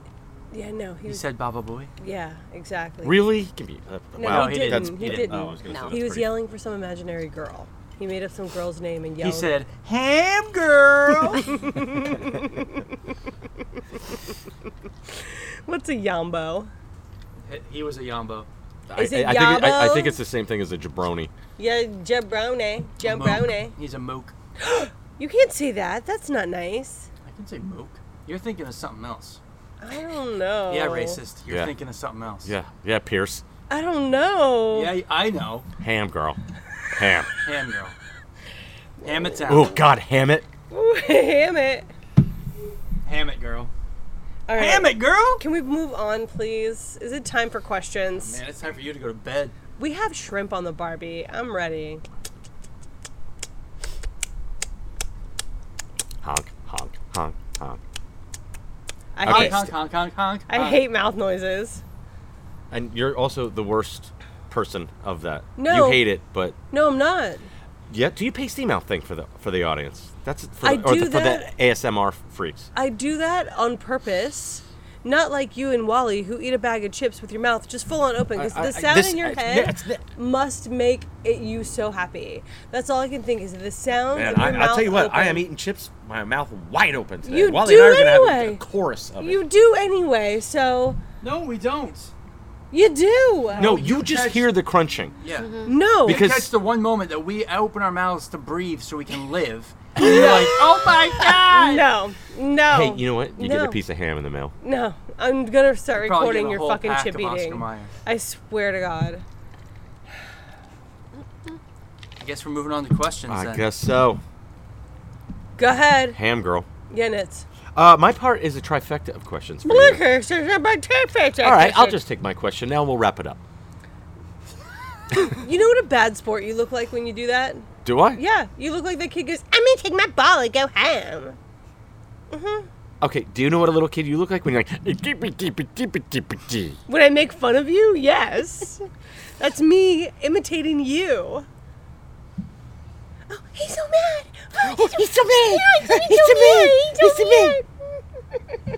B: Yeah, no, he,
E: He
B: was,
E: said Baba Booey.
B: yeah, exactly.
A: Really? Give me. Uh,
B: No,
A: wow.
B: he
E: he
B: didn't.
E: didn't.
B: he
E: Yeah.
B: didn't.
A: Oh, I was gonna say
D: No.
A: that's
B: he was
A: pretty-
B: yelling for some imaginary girl. He made up some girl's name and
E: He
B: yelled.
E: said, "Ham girl."
B: "What's a yombo?"
E: he was a yombo.
A: I,
B: Is it
A: I, I think it- I, I
B: Yabo?
A: think it's the same thing as a jabroni.
B: Yeah, jabrone,
E: A
A: Uh-huh.
E: moke.
B: jabrone.
E: He's a moke.
B: You can't say that. That's not nice.
E: I can say moke. You're thinking of something else.
B: I don't know.
E: Yeah, racist. You're
A: Yeah.
E: thinking of something else.
A: Yeah. Yeah. Pierce.
B: I don't know.
E: Yeah, I know.
A: Ham girl. Ham.
E: Ham girl. Ham it
A: Oh
E: down.
A: God. Ham it.
B: Damn it.
E: Ham it girl.
B: All right.
E: Ham it girl.
B: Can we move on, please? Is it time for
A: Oh,
B: questions?
E: Man, it's time for you to go to bed.
B: we have shrimp on the Barbie. I'm ready.
A: Honk. Honk. Honk. Honk.
B: I
A: Okay.
E: Honk,
B: hate.
E: honk, honk, honk, honk.
B: I
E: honk.
B: hate mouth noises.
A: And you're also the worst person of that.
B: No.
A: You hate it, but
B: No, I'm not.
A: yeah. Do you pay steam out thing for the for the audience? That's for
B: I
A: the, or
B: do
A: the, for
B: that-
A: the ASMR freaks.
B: I do that on purpose. Not like you and Wally, who eat a bag of chips with your mouth just full on open, because
A: I- I-
B: the sound
A: this-
B: in your
A: I-
B: head
A: that's the-
B: must make it you so happy. That's all I can think is the sound.
A: Man,
B: of your
A: I,
B: mouth
A: I'll tell you what. I am
B: open.
A: eating chips, my mouth wide open today.
B: You
A: Wally and
B: do
A: I are gonna have a-
B: anyway.
A: a chorus of it.
B: You do anyway, so
E: No, we don't.
B: you do.
A: no, you just
E: catch-
A: hear the crunching.
E: Yeah.
B: no.
A: Because-
E: Catch the one moment that we open our mouths to breathe so we can live. And you're like, oh my god.
B: no, no.
A: Hey, you know what? You get
B: No.
A: a piece of ham in the mail.
B: No, I'm gonna start
E: probably
B: recording
E: get a
B: your
E: whole
B: fucking
E: pack
B: chip
E: of Oscar
B: eating.
E: Mayer.
B: I swear to God.
E: I guess we're moving on to questions.
A: I
E: then.
A: guess so.
B: Go ahead,
A: Ham girl.
B: Yenitz.
A: Uh, my part is a trifecta of questions. For you.
B: All
A: All right, I'll just take my question now. and We'll wrap it up.
B: You know what a bad sport you look like when you do that?
A: Do I?
B: Yeah, you look like the kid goes, "I'm gonna take my ball and go ham."
A: Okay. Do you know what a little kid you look like when you're like? "Dippy, dippy, dippy, dippy, dee."
B: Would I make fun of you? Yes, that's me imitating you. Oh, he's so mad! Oh, he's so mad! he's so mad! He's so mad!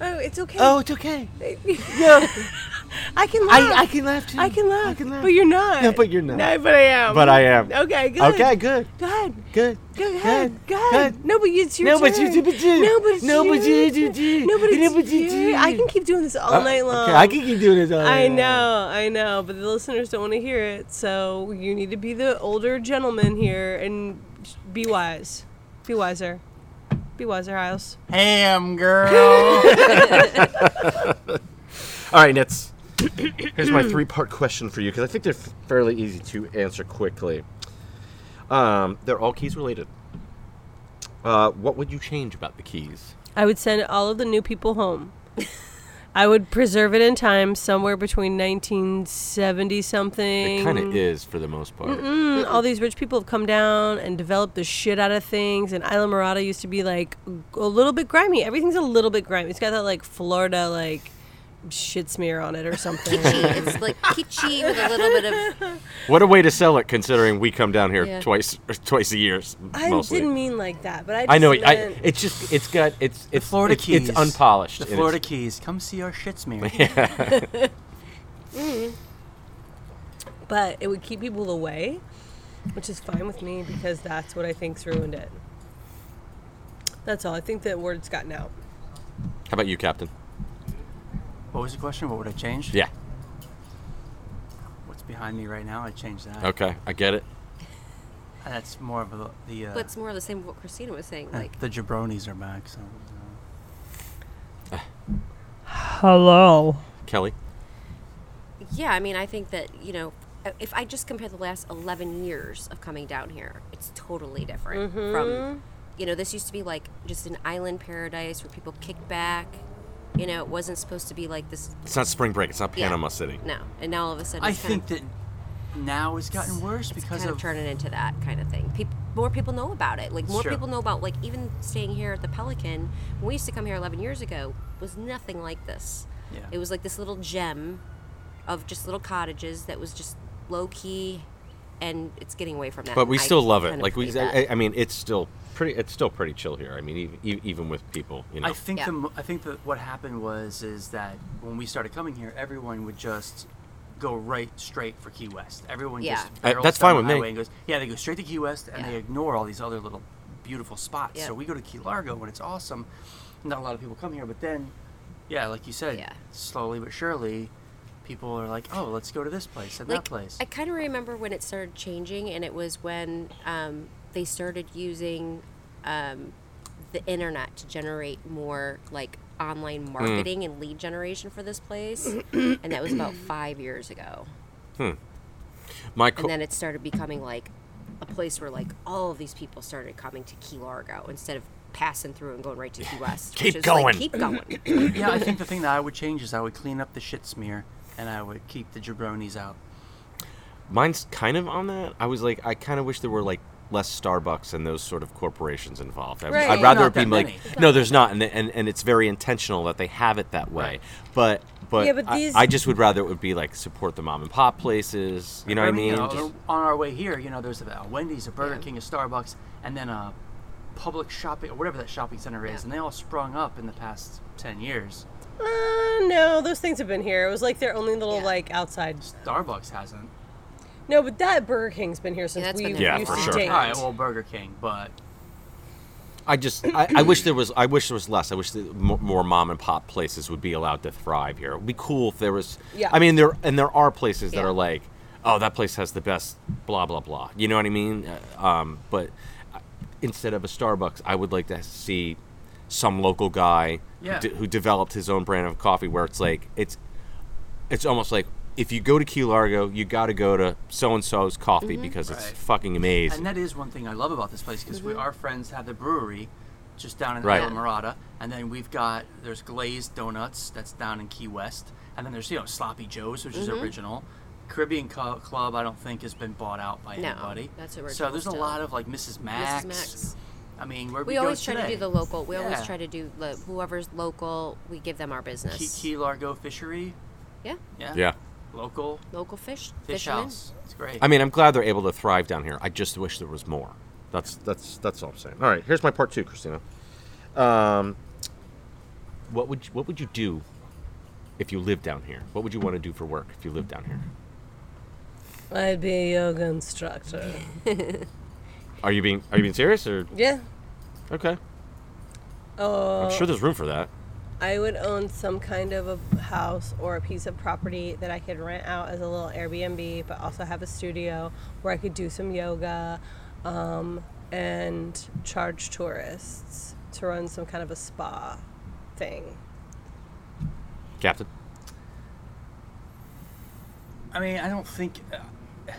B: oh, it's okay.
A: Oh, it's okay.
B: I can laugh.
A: I, I can laugh too.
B: I can laugh.
A: I can laugh.
B: But you're not.
A: No, but you're not.
B: No, but I am.
A: But I am.
B: Okay, good.
A: Okay. Good.
B: Go ahead.
A: Good.
B: Go ahead. Go ahead.
A: Good.
B: No, but it's your
A: No,
B: turn.
A: but you do- but you-
B: No, but it's
A: no, but
B: your
A: you do-
B: turn.
A: do.
B: No, but it's
A: No, but you
B: your-
A: do.
B: I can keep doing this all
A: Uh,
B: night long.
A: Okay. I can keep doing it. all night
B: I
A: long.
B: know, I know, but the listeners don't want to hear it, so you need to be the older gentleman here and be wise. Be wiser. Be wiser, Hiles.
E: Ham girl.
A: All right, Nitz. Here's my three-part question for you because I think they're f- fairly easy to answer quickly. Um, they're all keys related. Uh, what would you change about the keys?
B: I would send all of the new people home. I would preserve it in time, somewhere between 1970 something.
A: It kind of is for the most part.
B: Mm, all these rich people have come down and developed the shit out of things. And Isla Morada used to be like a little bit grimy. Everything's a little bit grimy. It's got that like Florida like shit smear on it or something.
D: Kitschy. it's like kitschy with a little bit of.
A: What a way to sell it, considering we come down here
D: Yeah.
A: twice or twice a year s-
B: I
A: mostly.
B: didn't mean like that, but I. Just
A: I know. It, I,
B: Meant,
A: it's just. It's got. It's.
E: The
A: It's
E: Florida
A: it's,
E: Keys.
A: It's unpolished.
E: The
A: and
E: Florida
A: it's-
E: Keys. Come see our shit smear.
B: but it would keep people away, which is fine with me because that's what I think's ruined it. That's all. I think that word's gotten out.
A: How about you, Captain?
E: What was the question? What would I change?
A: Yeah.
E: What's behind me right now? I changed that.
A: Okay. I get it.
E: And That's more of a, the. Uh,
D: But it's more of the same what Christina was saying.
E: uh,
D: Like
E: the jabronis are back. So.
B: Hello.
A: Kelly.
D: Yeah, I mean, I think that you know, if I just compare the last eleven years of coming down here, it's totally different
E: Mm-hmm.
D: from, you know, this used to be like just an island paradise where people kick back. You know, it wasn't supposed to be like this.
A: It's not spring break. It's not
D: yeah,
A: Panama City.
D: No, and now all of a sudden,
E: I
D: it's kind
E: think
D: of,
E: that now it's gotten worse because
D: kind of,
E: of.
D: turning into that kind of thing. People, more people know about it. Like more
E: Sure.
D: people know about like even staying here at the Pelican. When we used to come here 11 years ago, was nothing like this.
E: Yeah.
D: It was like this little gem of just little cottages that was just low key, and it's getting away from that.
A: But we
D: I
A: still love
D: kind
A: it.
D: of
A: Like we,
D: hate that.
A: I, I mean, it's still pretty. It's still pretty chill here. I mean, even, even with people, you know.
E: I think
D: Yeah.
E: the mo- I think that what happened was is that when we started coming here, everyone would just go right straight for Key West. Everyone
D: Yeah.
E: just
D: Uh,
E: barrels
A: that's fine
E: down the
A: with me.
E: highway And goes, yeah, they go straight to Key West and
D: Yeah.
E: they ignore all these other little beautiful spots.
D: Yeah.
E: So we go to Key Largo when it's awesome. Not a lot of people come here, but then, yeah, like you said,
D: Yeah.
E: slowly but surely, people are like, oh, let's go to this place and that place.
D: I kind of remember when it started changing, and it was when um, they started using um, the internet to generate more like
E: Hmm.
D: online marketing and lead generation for this place, and that was about five years ago.
A: My
D: And
A: co-
D: then it started becoming like a place where like all of these people started coming to Key Largo instead of passing through and going right to Key West.
G: Keep
D: which is, like,
G: going.
D: keep going.
E: yeah, I think the thing that I would change is I would clean up the shit smear and I would keep the jabronis out.
A: mine's kind of on that. I was like, I kind of wish there were like less Starbucks and those sort of corporations involved. I,
D: Right.
A: I'd rather
E: Not
A: it be
E: that
A: like,
E: many.
A: no, there's not, and, and and it's very intentional that they have it that way. But but,
B: Yeah, but
A: I-
B: these-
A: I, just would rather it would be like support the mom and pop places. You know what I mean?
E: you know,
A: Just-
E: uh, on our way here, you know, there's a Wendy's, a Burger King, a Starbucks, and then a public shopping or whatever that shopping center is,
D: Yeah.
E: and they all sprung up in the past ten years.
B: Uh, no, those things have been here. It was like their only little
D: Yeah.
B: like outside.
E: Starbucks hasn't.
B: No, but that Burger King's been here since
D: that's
B: we
D: been
B: used
D: there Yeah,
A: for
B: to
A: sure.
B: date.
E: All right, well, Burger King, but
A: I just I, I wish there was I wish there was less. I wish that more, more mom and pop places would be allowed to thrive here. It would be cool if there was.
B: Yeah.
A: I mean there and there are places that
D: Yeah.
A: are like, oh that place has the best blah blah blah. You know what I mean? Uh, um, but uh, instead of a Starbucks, I would like to see some local guy
E: Yeah.
A: who, de- who developed his own brand of coffee where it's like it's it's almost like if you go to Key Largo, you got to go to so and so's coffee because it's
E: Mm-hmm. Right.
A: fucking amazing.
E: and that is one thing I love about this place because
D: Mm-hmm.
E: we our friends have the brewery just down in
A: Right.
E: Isla Morada, and then we've got there's Glazed Donuts that's down in Key West, and then there's you know Sloppy Joe's which
D: Mm-hmm.
E: is original. Caribbean Co- Club, I don't think has been bought out by
D: No,
E: anybody.
D: that's
E: So
D: original
E: there's a
D: still.
E: lot of like Mrs. Max.
D: Max.
E: I mean, where
D: We
E: go
D: always try to
E: today?
D: do the local. We always
E: Yeah.
D: try to do lo- whoever's local. We give them our business.
E: Key, Key Largo Fishery.
D: Yeah,
E: Yeah.
A: yeah.
E: Local
D: local fish.
E: fish
D: fishermen.
E: house. It's great.
A: I mean, I'm glad they're able to thrive down here. I just wish there was more. That's that's that's all I'm saying. All right, here's my part two, Christina. Um, what would you, what would you do if you lived down here? What would you want to do for work if you lived down here?
B: I'd be a yoga instructor.
A: Are you being Are you being serious or
B: Yeah.
A: okay?
B: Oh,
E: Uh,
A: I'm sure there's room for that.
B: I would own some kind of a house or a piece of property that I could rent out as a little Airbnb, but also have a studio where I could do some yoga um, and charge tourists to run some kind of a spa thing.
A: Captain,
E: I mean, I don't think uh,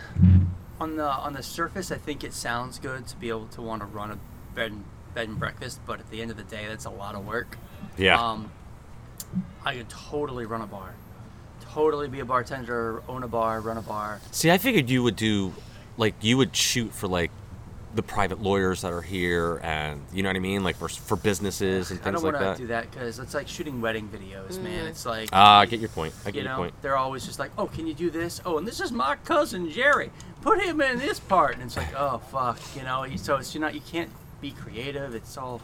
E: on the on the surface, I think it sounds good to be able to want to run a bed and, bed and breakfast, but at the end of the day, that's a lot of work.
A: Yeah.
E: Um, I could totally run a bar, totally be a bartender, own a bar, run a bar.
A: see, I figured you would do, like, you would shoot for like the private lawyers that are here, and you know what I mean, like for for businesses and
E: I
A: things
E: don't
A: like
E: want
A: that.
E: to do that because it's like shooting wedding videos, man. It's like
A: Ah, I get your point. I get
E: you
A: your
E: know
A: point.
E: they're always just like oh can you do this oh and this is my cousin jerry put him in this part and it's like oh fuck you know you- so it's you know you can't be creative it's all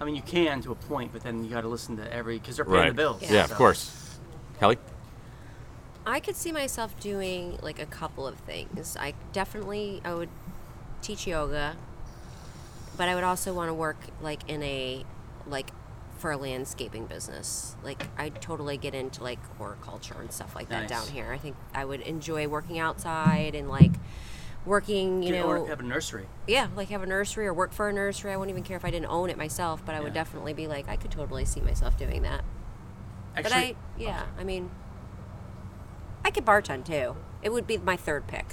E: i mean you can to a point but then you got to listen to every because they're paying the bills
A: Yeah, of
E: so.
A: course. Kelly?
D: I could see myself doing like a couple of things. I definitely I would teach yoga, but I would also want to work like in a like for a landscaping business. Like I totally get into like horticulture and stuff like that
E: Nice.
D: down here. I think I would enjoy working outside and like working, you
E: you know,
D: know,
E: or have a nursery
D: yeah, like have a nursery or work for a nursery. I wouldn't even care if I didn't own it myself, but I would
E: Yeah.
D: definitely be like I could totally see myself doing that. But
E: actually
D: I, yeah, I mean, I could bartend too. It would be my third pick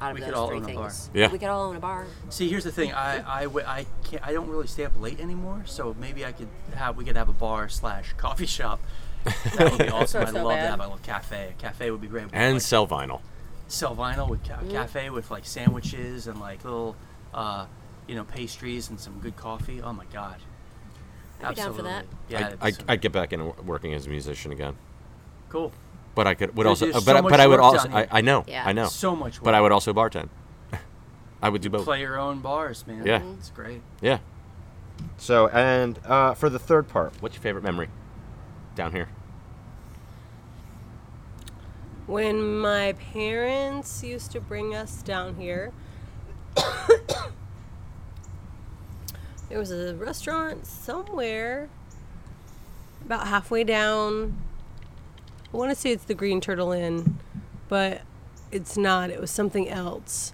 D: out of
E: We could
D: those
E: all
D: three
E: own a bar.
D: things.
A: Yeah.
D: we could all own a bar.
E: see here's the thing i i w- i can't i don't really stay up late anymore so maybe i could have we could have a bar slash coffee shop that would be awesome i'd
B: That's not
E: love to
B: bad.
E: have a little cafe a cafe would be great with,
A: And
E: like,
A: sell vinyl.
E: sell vinyl with
D: Mm-hmm.
E: ca- cafe with like sandwiches and like little uh, you know pastries and some good coffee oh my god
D: I'd be down for
E: absolutely
D: that.
E: yeah
A: I, I,
E: it's
A: I'd get back into working as a musician again.
E: cool
A: But I could would
E: There's-
A: also.
E: there's
A: uh,
E: so
A: but I,
E: much
A: but I would
E: work
A: also.
E: down here.
A: I, I know.
D: Yeah.
A: I know.
E: So much work.
A: But I would also bartend. I would do both.
E: play your own bars, man.
A: Yeah.
D: Mm-hmm.
E: It's great.
A: Yeah. So and uh, for the third part, what's your favorite memory? Down here.
B: When my parents used to bring us down here, there was a restaurant somewhere about halfway down. I want to say it's the Green Turtle Inn, but it's not. It was something else.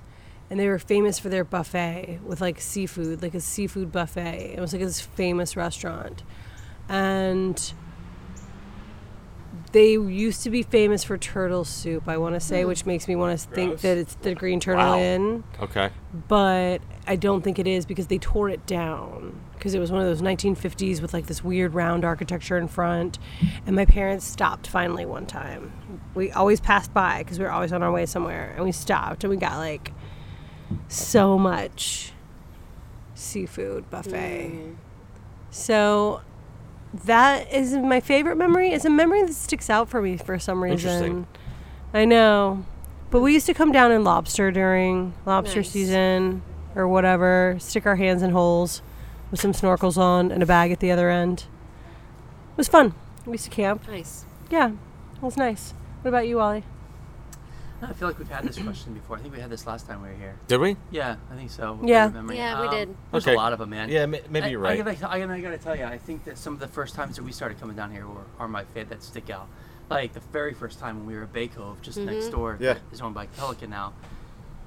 B: And they were famous for their buffet with like seafood, like a seafood buffet. It was like this famous restaurant. And they used to be famous for turtle soup, I want to say, which makes me want to think
F: Gross.
B: that it's the Green Turtle
A: Wow.
B: Inn
A: Okay.
B: but I don't think it is because they tore it down because it was one of those 1950s with like this weird round architecture in front. And my parents stopped finally one time. We always passed by because we were always on our way somewhere, and we stopped and we got like so much seafood buffet. So that is my favorite memory. It's a memory that sticks out for me for some reason.
A: Interesting.
B: I know. But we used to come down and lobster during lobster
D: Nice.
B: season or whatever, stick our hands in holes with some snorkels on and a bag at the other end. It was fun. We used to camp.
D: Nice.
B: Yeah, it was nice. What about you, Ollie?
E: I feel like we've had this question before. I think we had this last time we were here.
A: Did we?
E: Yeah, I think so. with
B: Yeah.
E: good memory.
D: Yeah, we
E: Um,
D: did.
E: There's
A: Okay.
E: a lot of them, man.
A: Yeah, ma- maybe
E: I-
A: you're
E: I,
A: right.
E: gotta- I, gotta- I gotta tell you, I think that some of the first times that we started coming down here were, are my favorite that stick out. Like the very first time when we were at Bay Cove, just
D: Mm-hmm.
E: next door,
A: Yeah.
E: that is owned by Pelican now.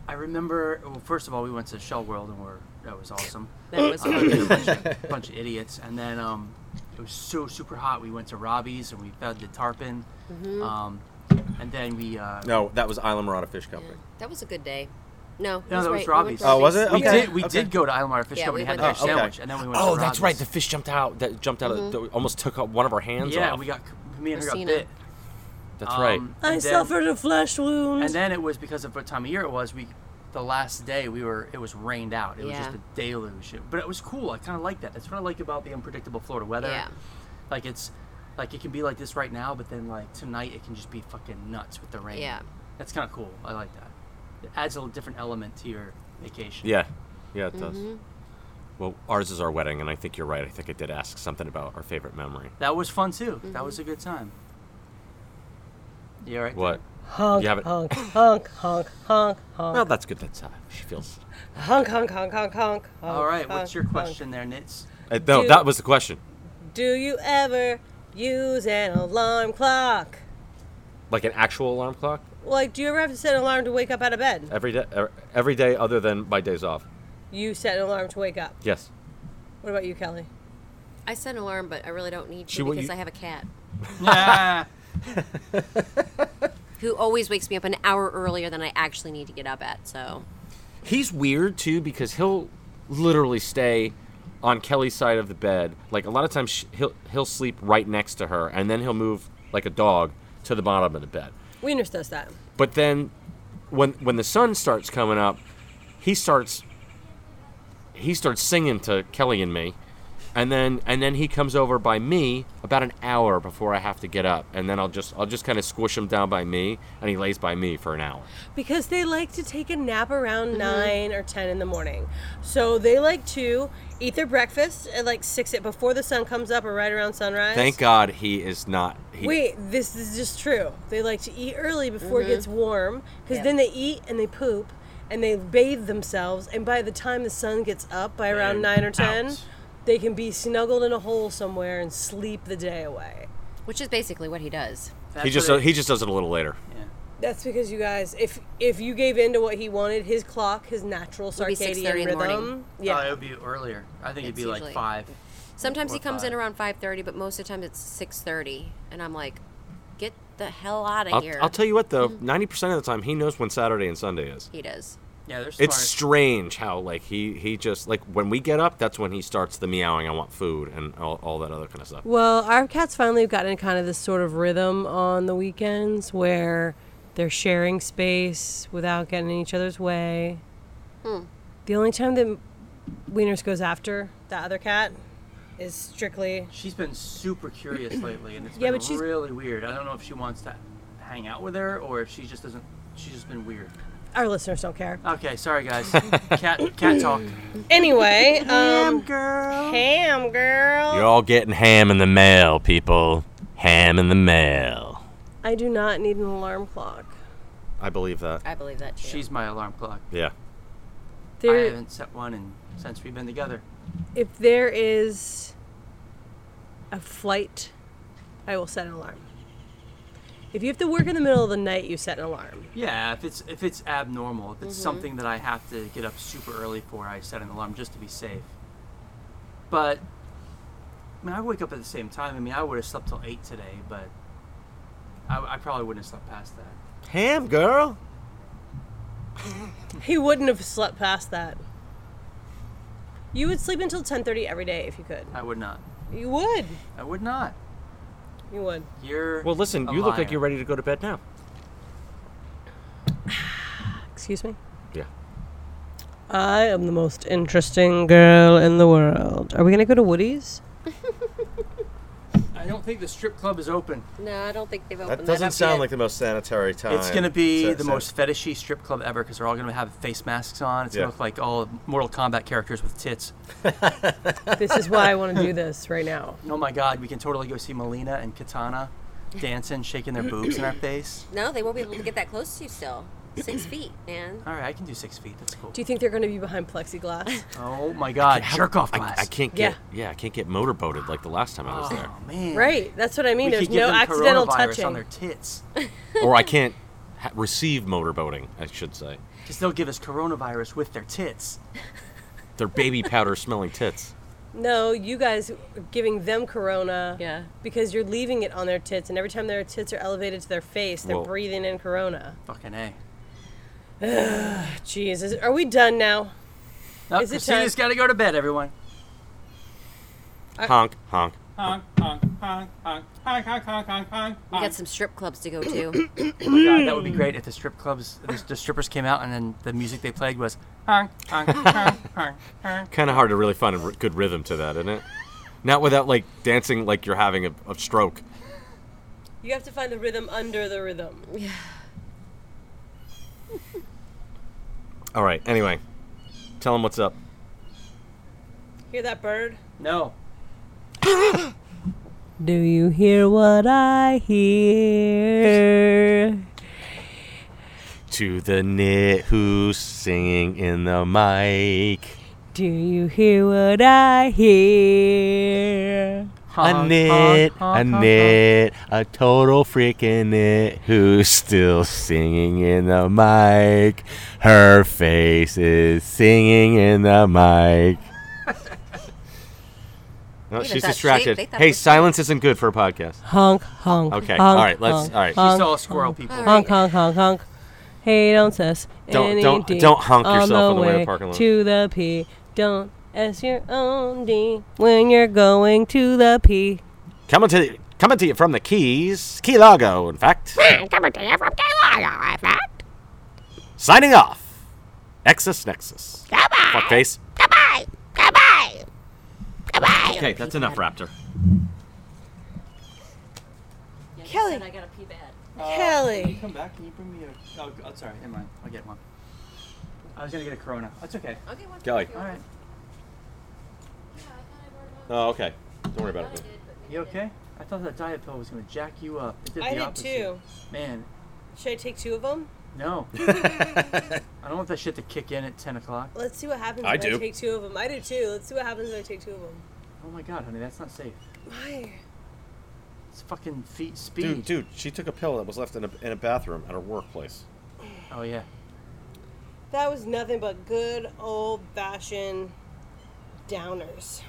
E: I remember. Well, first of all, we went to Shell World and we're that was awesome.
D: That was
E: Um,
D: fun.
E: a bunch, of, bunch of idiots, and then um, it was so super hot. We went to Robbie's and we fed the tarpon,
D: Mm-hmm.
E: um, and then we uh,
A: No, that was Isla Morada Fish Company.
D: That was a good day.
E: No,
D: No, he's
E: that
D: right.
E: was
D: We went
E: Robbie's.
D: to
A: Oh, was
D: Robbie's.
A: it?
E: We
A: Okay,
E: did. We
A: okay.
E: did go to Islamar Fish
D: Yeah,
E: Company.
D: we
E: had the
D: went
E: fish
D: there.
E: sandwich, and then we went.
A: oh,
E: to
A: that's right. The
E: Robbie's.
A: fish jumped out. That jumped out. Of, that almost took up one of our hands
E: Mm-hmm. Yeah,
A: off.
E: we got me and her got
D: Christina.
E: bit.
A: That's right.
E: Um, and then-
B: a flesh wound.
E: And then it was because of what time of year it was. We, the last day we were, it was rained out. It was just
D: Yeah.
E: a deluge. It- But it was cool. I kind of like that. That's what I like about the unpredictable Florida weather.
D: Yeah.
E: Like it's, like it can be like this right now, but then like tonight it can just be fucking nuts with the rain.
D: Yeah.
E: That's kind of cool. I like that. It adds a different element to your vacation.
A: Yeah, yeah, it does. Well, ours is our wedding, and I think you're right. I think I did ask something about our favorite memory.
E: That was fun too.
D: Mm-hmm.
E: That was a good time. You all right?
A: What?
B: honk,
A: you haven't-
B: honk, honk, honk, honk, honk,
A: Well, that's good. That's how she feels.
B: honk, honk, honk, honk, honk.
E: All right.
B: honk,
D: Oh,
E: What's your
B: honk.
E: question there, Nitz?
A: Uh, no,
B: Dude.
A: that was the question.
B: Do you ever use an alarm clock?
A: Like an actual alarm clock
B: Like, do you ever have to set an alarm to wake up out of bed?
E: Uh,
A: every day, er, every day other than my days off.
B: You set an alarm to wake up.
A: Yes.
B: What about you, Kelly?
D: I set an alarm, but I really don't need to
A: She wa-
D: because
A: you-
D: I have a cat
E: Nah.
D: who always wakes me up an hour earlier than I actually need to get up at. So
A: He's weird too because he'll literally stay on Kelly's side of the bed. Like a lot of times sh he'll he'll sleep right next to her, and then he'll move like a dog to the bottom of the bed.
B: We understood that.
A: But then when when the sun starts coming up, he starts he starts singing to Kelly and me. And then and then he comes over by me about an hour before I have to get up. And then I'll just I'll just kind of squish him down by me and he lays by me for an hour.
B: Because they like to take a nap around 9 or 10 in the morning. So they like to eat their breakfast at like 6 it before the sun comes up or right around sunrise.
A: Thank God he is not he
B: Wait, this is just true. They like to eat early before it gets warm because
D: Yeah.
B: then they eat and they poop and they bathe themselves. And by the time the sun gets up by around
E: They're
B: 9 or 10,
E: out.
B: they can be snuggled in a hole somewhere and sleep the day away.
D: which is basically what he does.
E: That's
A: he just
E: what it-
A: he just does it a little later.
E: yeah.
B: That's because you guys, if if you gave in to what he wanted, his clock, his natural
D: be 6:30
B: circadian
D: in
B: rhythm,
D: the morning.
B: yeah,
E: Oh, it would be earlier. I think it'd
D: It's
E: be like
D: usually-
E: five.
D: Sometimes
E: Or
D: he comes in
E: five.
D: around 5:30, but most of the time it's 6:30, and I'm like, "Get the hell out of
A: I'll,
D: here!"
A: I'll tell you what though,
E: Mm-hmm.
A: 90% of the time he knows when Saturday and Sunday is.
D: He does.
E: Yeah, they're smart.
A: It's strange how like he he just like when we get up, that's when he starts the meowing. I want food and all, all that other kind of stuff.
B: Well, our cats finally have gotten in kind of this sort of rhythm on the weekends where they're sharing space without getting in each other's way. Hmm. The only time that Wieners goes after the other cat is strictly
E: She's been super curious lately, and it's
B: Yeah,
E: been
B: but she's-
E: really weird. I don't know if she wants to hang out with her, or if she just doesn't. She's just been weird.
B: Our listeners don't care.
E: Okay, sorry guys. cat, cat talk.
B: Anyway, um, ham girl. Ham girl.
G: You're all getting ham in the mail, people. Ham in the mail.
B: I do not need an alarm clock.
A: I believe that.
D: I believe that too.
E: She's my alarm clock.
A: Yeah.
E: I
B: There,
E: haven't set one in, since we've been together.
B: if there is a flight, I will set an alarm. If you have to work in the middle of the night, you set an alarm.
E: Yeah, if it's if it's abnormal, if it's something that I have to get up super early for, I set an alarm just to be safe. But I mean, I wake up at the same time. I mean, I would have slept till eight today, but I, I probably wouldn't have slept past that.
A: Ham girl.
B: He wouldn't have slept past that. You would sleep until 10:30 every day if you could.
E: I would not.
B: You would.
E: I would not.
B: You would.
E: You're
A: Well, listen,
E: a
A: you look like
E: liar.
A: you're ready to go to bed now.
B: Excuse me.
A: Yeah.
B: I am the most interesting girl in the world. Are we gonna go to Woody's?
E: I don't think the strip club is open.
D: no, I don't think they've opened
A: That
D: that,
A: doesn't
D: up
A: sound
D: yet.
A: like the most sanitary time.
E: It's gonna be
A: Sa-
E: the
A: sa-
E: most fetishy strip club ever because they're all gonna have face masks on. It's
A: Yeah.
E: gonna look like all Mortal Kombat characters with tits.
B: this is why I want to do this right now.
E: Oh my God, we can totally go see Melina and Katana dancing, shaking their boobs in our face.
D: No, they won't be able to get that close to you still. Six feet, man.
E: All right, I can do six feet. That's cool.
B: Do you think they're gonna be behind plexiglass?
E: Oh my God, jerk off
A: I,
E: glass.
A: I can't
B: Yeah.
A: get. Yeah. I can't get motorboated like the last time I was there,
E: Oh man.
B: right. That's what I mean.
E: We
B: There's
E: could give
B: no
E: them
B: accidental
E: coronavirus
B: touching.
E: on their tits.
A: or I can't ha- receive motorboating. I should say.
E: Because they'll give us coronavirus with their tits.
A: They're baby powder smelling tits.
B: No, you guys are giving them corona.
D: Yeah.
B: Because you're leaving it on their tits, and every time their tits are elevated to their face, they're
A: Well-
B: breathing in corona.
E: Fucking a.
B: Jeez, is, are we done now?
E: No,
B: Is it
E: Christina's
B: time-
E: got to go to bed, everyone.
A: honk, honk.
F: Honk, honk, honk, honk, honk, honk, honk, honk, honk.
D: We got some strip clubs to go to.
E: Oh God, that would be great if the strip clubs, the, the strippers came out and then the music they played was
F: honk, honk, honk, honk, honk.
A: Kind of hard to really find a r- good rhythm to that, isn't it? Not without like dancing like you're having a, a stroke.
B: You have to find the rhythm under the rhythm.
A: All right. Anyway, tell them what's up.
B: Hear that bird?
E: no.
B: Do you hear what I hear?
G: To the nit who's singing in the mic.
B: Do you hear what I hear?
G: A nit, a nit, a total freaking nit who's still singing in the mic. Her face is singing in the mic.
A: No,
D: Even
A: she's
D: that
A: distracted.
D: shape, they thought it
A: hey,
D: was-
A: silence isn't good for a podcast.
B: Honk, honk.
A: Okay.
B: honk,
A: all right. Let's.
B: honk,
A: All right.
E: She
B: honk,
E: saw a squirrel, people.
D: All right.
B: honk, honk, honk, honk. Hey, don't sus.
A: Don't-
B: any
A: don't-
B: D
A: don't honk
B: on
A: yourself on the way to
B: way
A: parking lot.
B: To the P. Don't S your own D when you're going to the P.
G: Coming to coming to you from the Keys, Key Largo, in fact.
H: coming to you from Key Largo, in fact.
G: Signing off. Exus Nexus.
H: Goodbye.
G: Fuckface.
H: Goodbye. Goodbye. Goodbye.
A: Okay, that's enough, Raptor.
B: Kelly.
D: I gotta pee bad.
B: Kelly.
E: Come back. Can you bring me a? Oh, oh, sorry. Never mind. I'll get one. I was gonna get a Corona. That's okay.
D: Okay, well,
A: Kelly.
E: All right.
A: Oh, okay. Don't worry about it.
E: You okay? I thought that diet pill was gonna jack you up. It did
B: I
E: the
B: did
E: opposite.
B: too.
E: Man,
B: Should I take two of them?
E: no. I don't want that shit to kick in at 10 o'clock.
B: Let's see what happens
A: I
B: if I
A: do.
B: take two of them. I do too. Let's see what happens if I take two of them.
E: Oh my god, honey, that's not safe.
B: Why?
E: It's fucking feet speed.
A: Dude, dude, she took a pill that was left in a, in a bathroom at her workplace.
E: Oh yeah.
B: That was nothing but good old fashioned downers.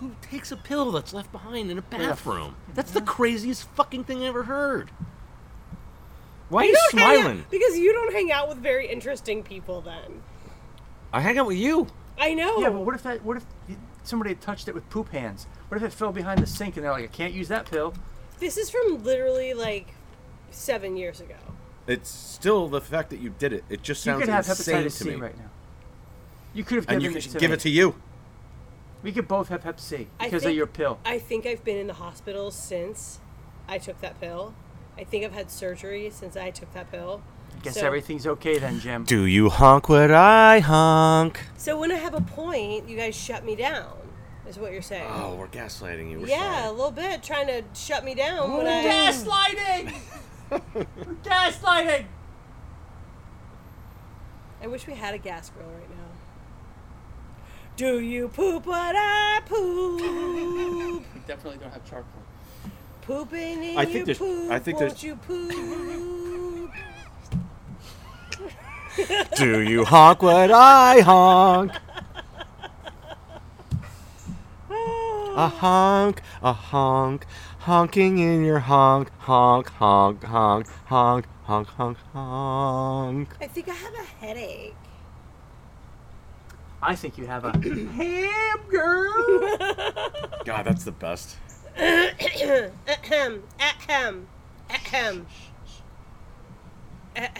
G: Who takes a pill that's left behind in a bathroom? That's the craziest fucking thing I ever heard.
A: Why are you
B: don't hang out-
A: smiling?
B: because you don't hang out with very interesting people then.
A: I hang out with you.
B: I know.
E: Yeah, but what if that? What if somebody had touched it with poop hands? What if it fell behind the sink and they're like, I can't use that pill?
B: this is from literally like seven years ago.
A: It's still the fact that you did it. It just
E: You
A: sounds
E: could have
A: insane
E: hepatitis
A: to
E: C
A: me.
E: right now. You could have given
A: And you
E: it
A: could
E: to
A: give
E: me.
A: it to you.
E: We could both have Hep C
B: I
E: because of
B: think-
E: your pill.
B: I think I've been in the hospital since I took that pill. I think I've had surgery since I took that pill.
E: Guess
B: So-
E: everything's okay then, Jim.
A: Do you honk where I honk?
B: So when I have a point, you guys shut me down. Is what you're saying?
A: Oh, we're gaslighting you. We're
B: yeah, a
A: sorry.
B: little bit, trying to shut me down when I.
E: Gaslighting! Gaslighting!
B: I wish we had a gas grill right now. Do you poop what I poop?
E: We definitely don't have charcoal.
B: Pooping in
A: I think
B: your
A: there's-
B: poop.
A: I think
B: won't
A: there's-
B: you poop?
A: Do you honk where I honk? A honk, a honk, honking in your honk, honk, honk, honk, honk, honk, honk, honk.
B: I think I have a headache.
E: I think you have a.
A: God, that's the best.
B: Ahem. Ahem. Ahem.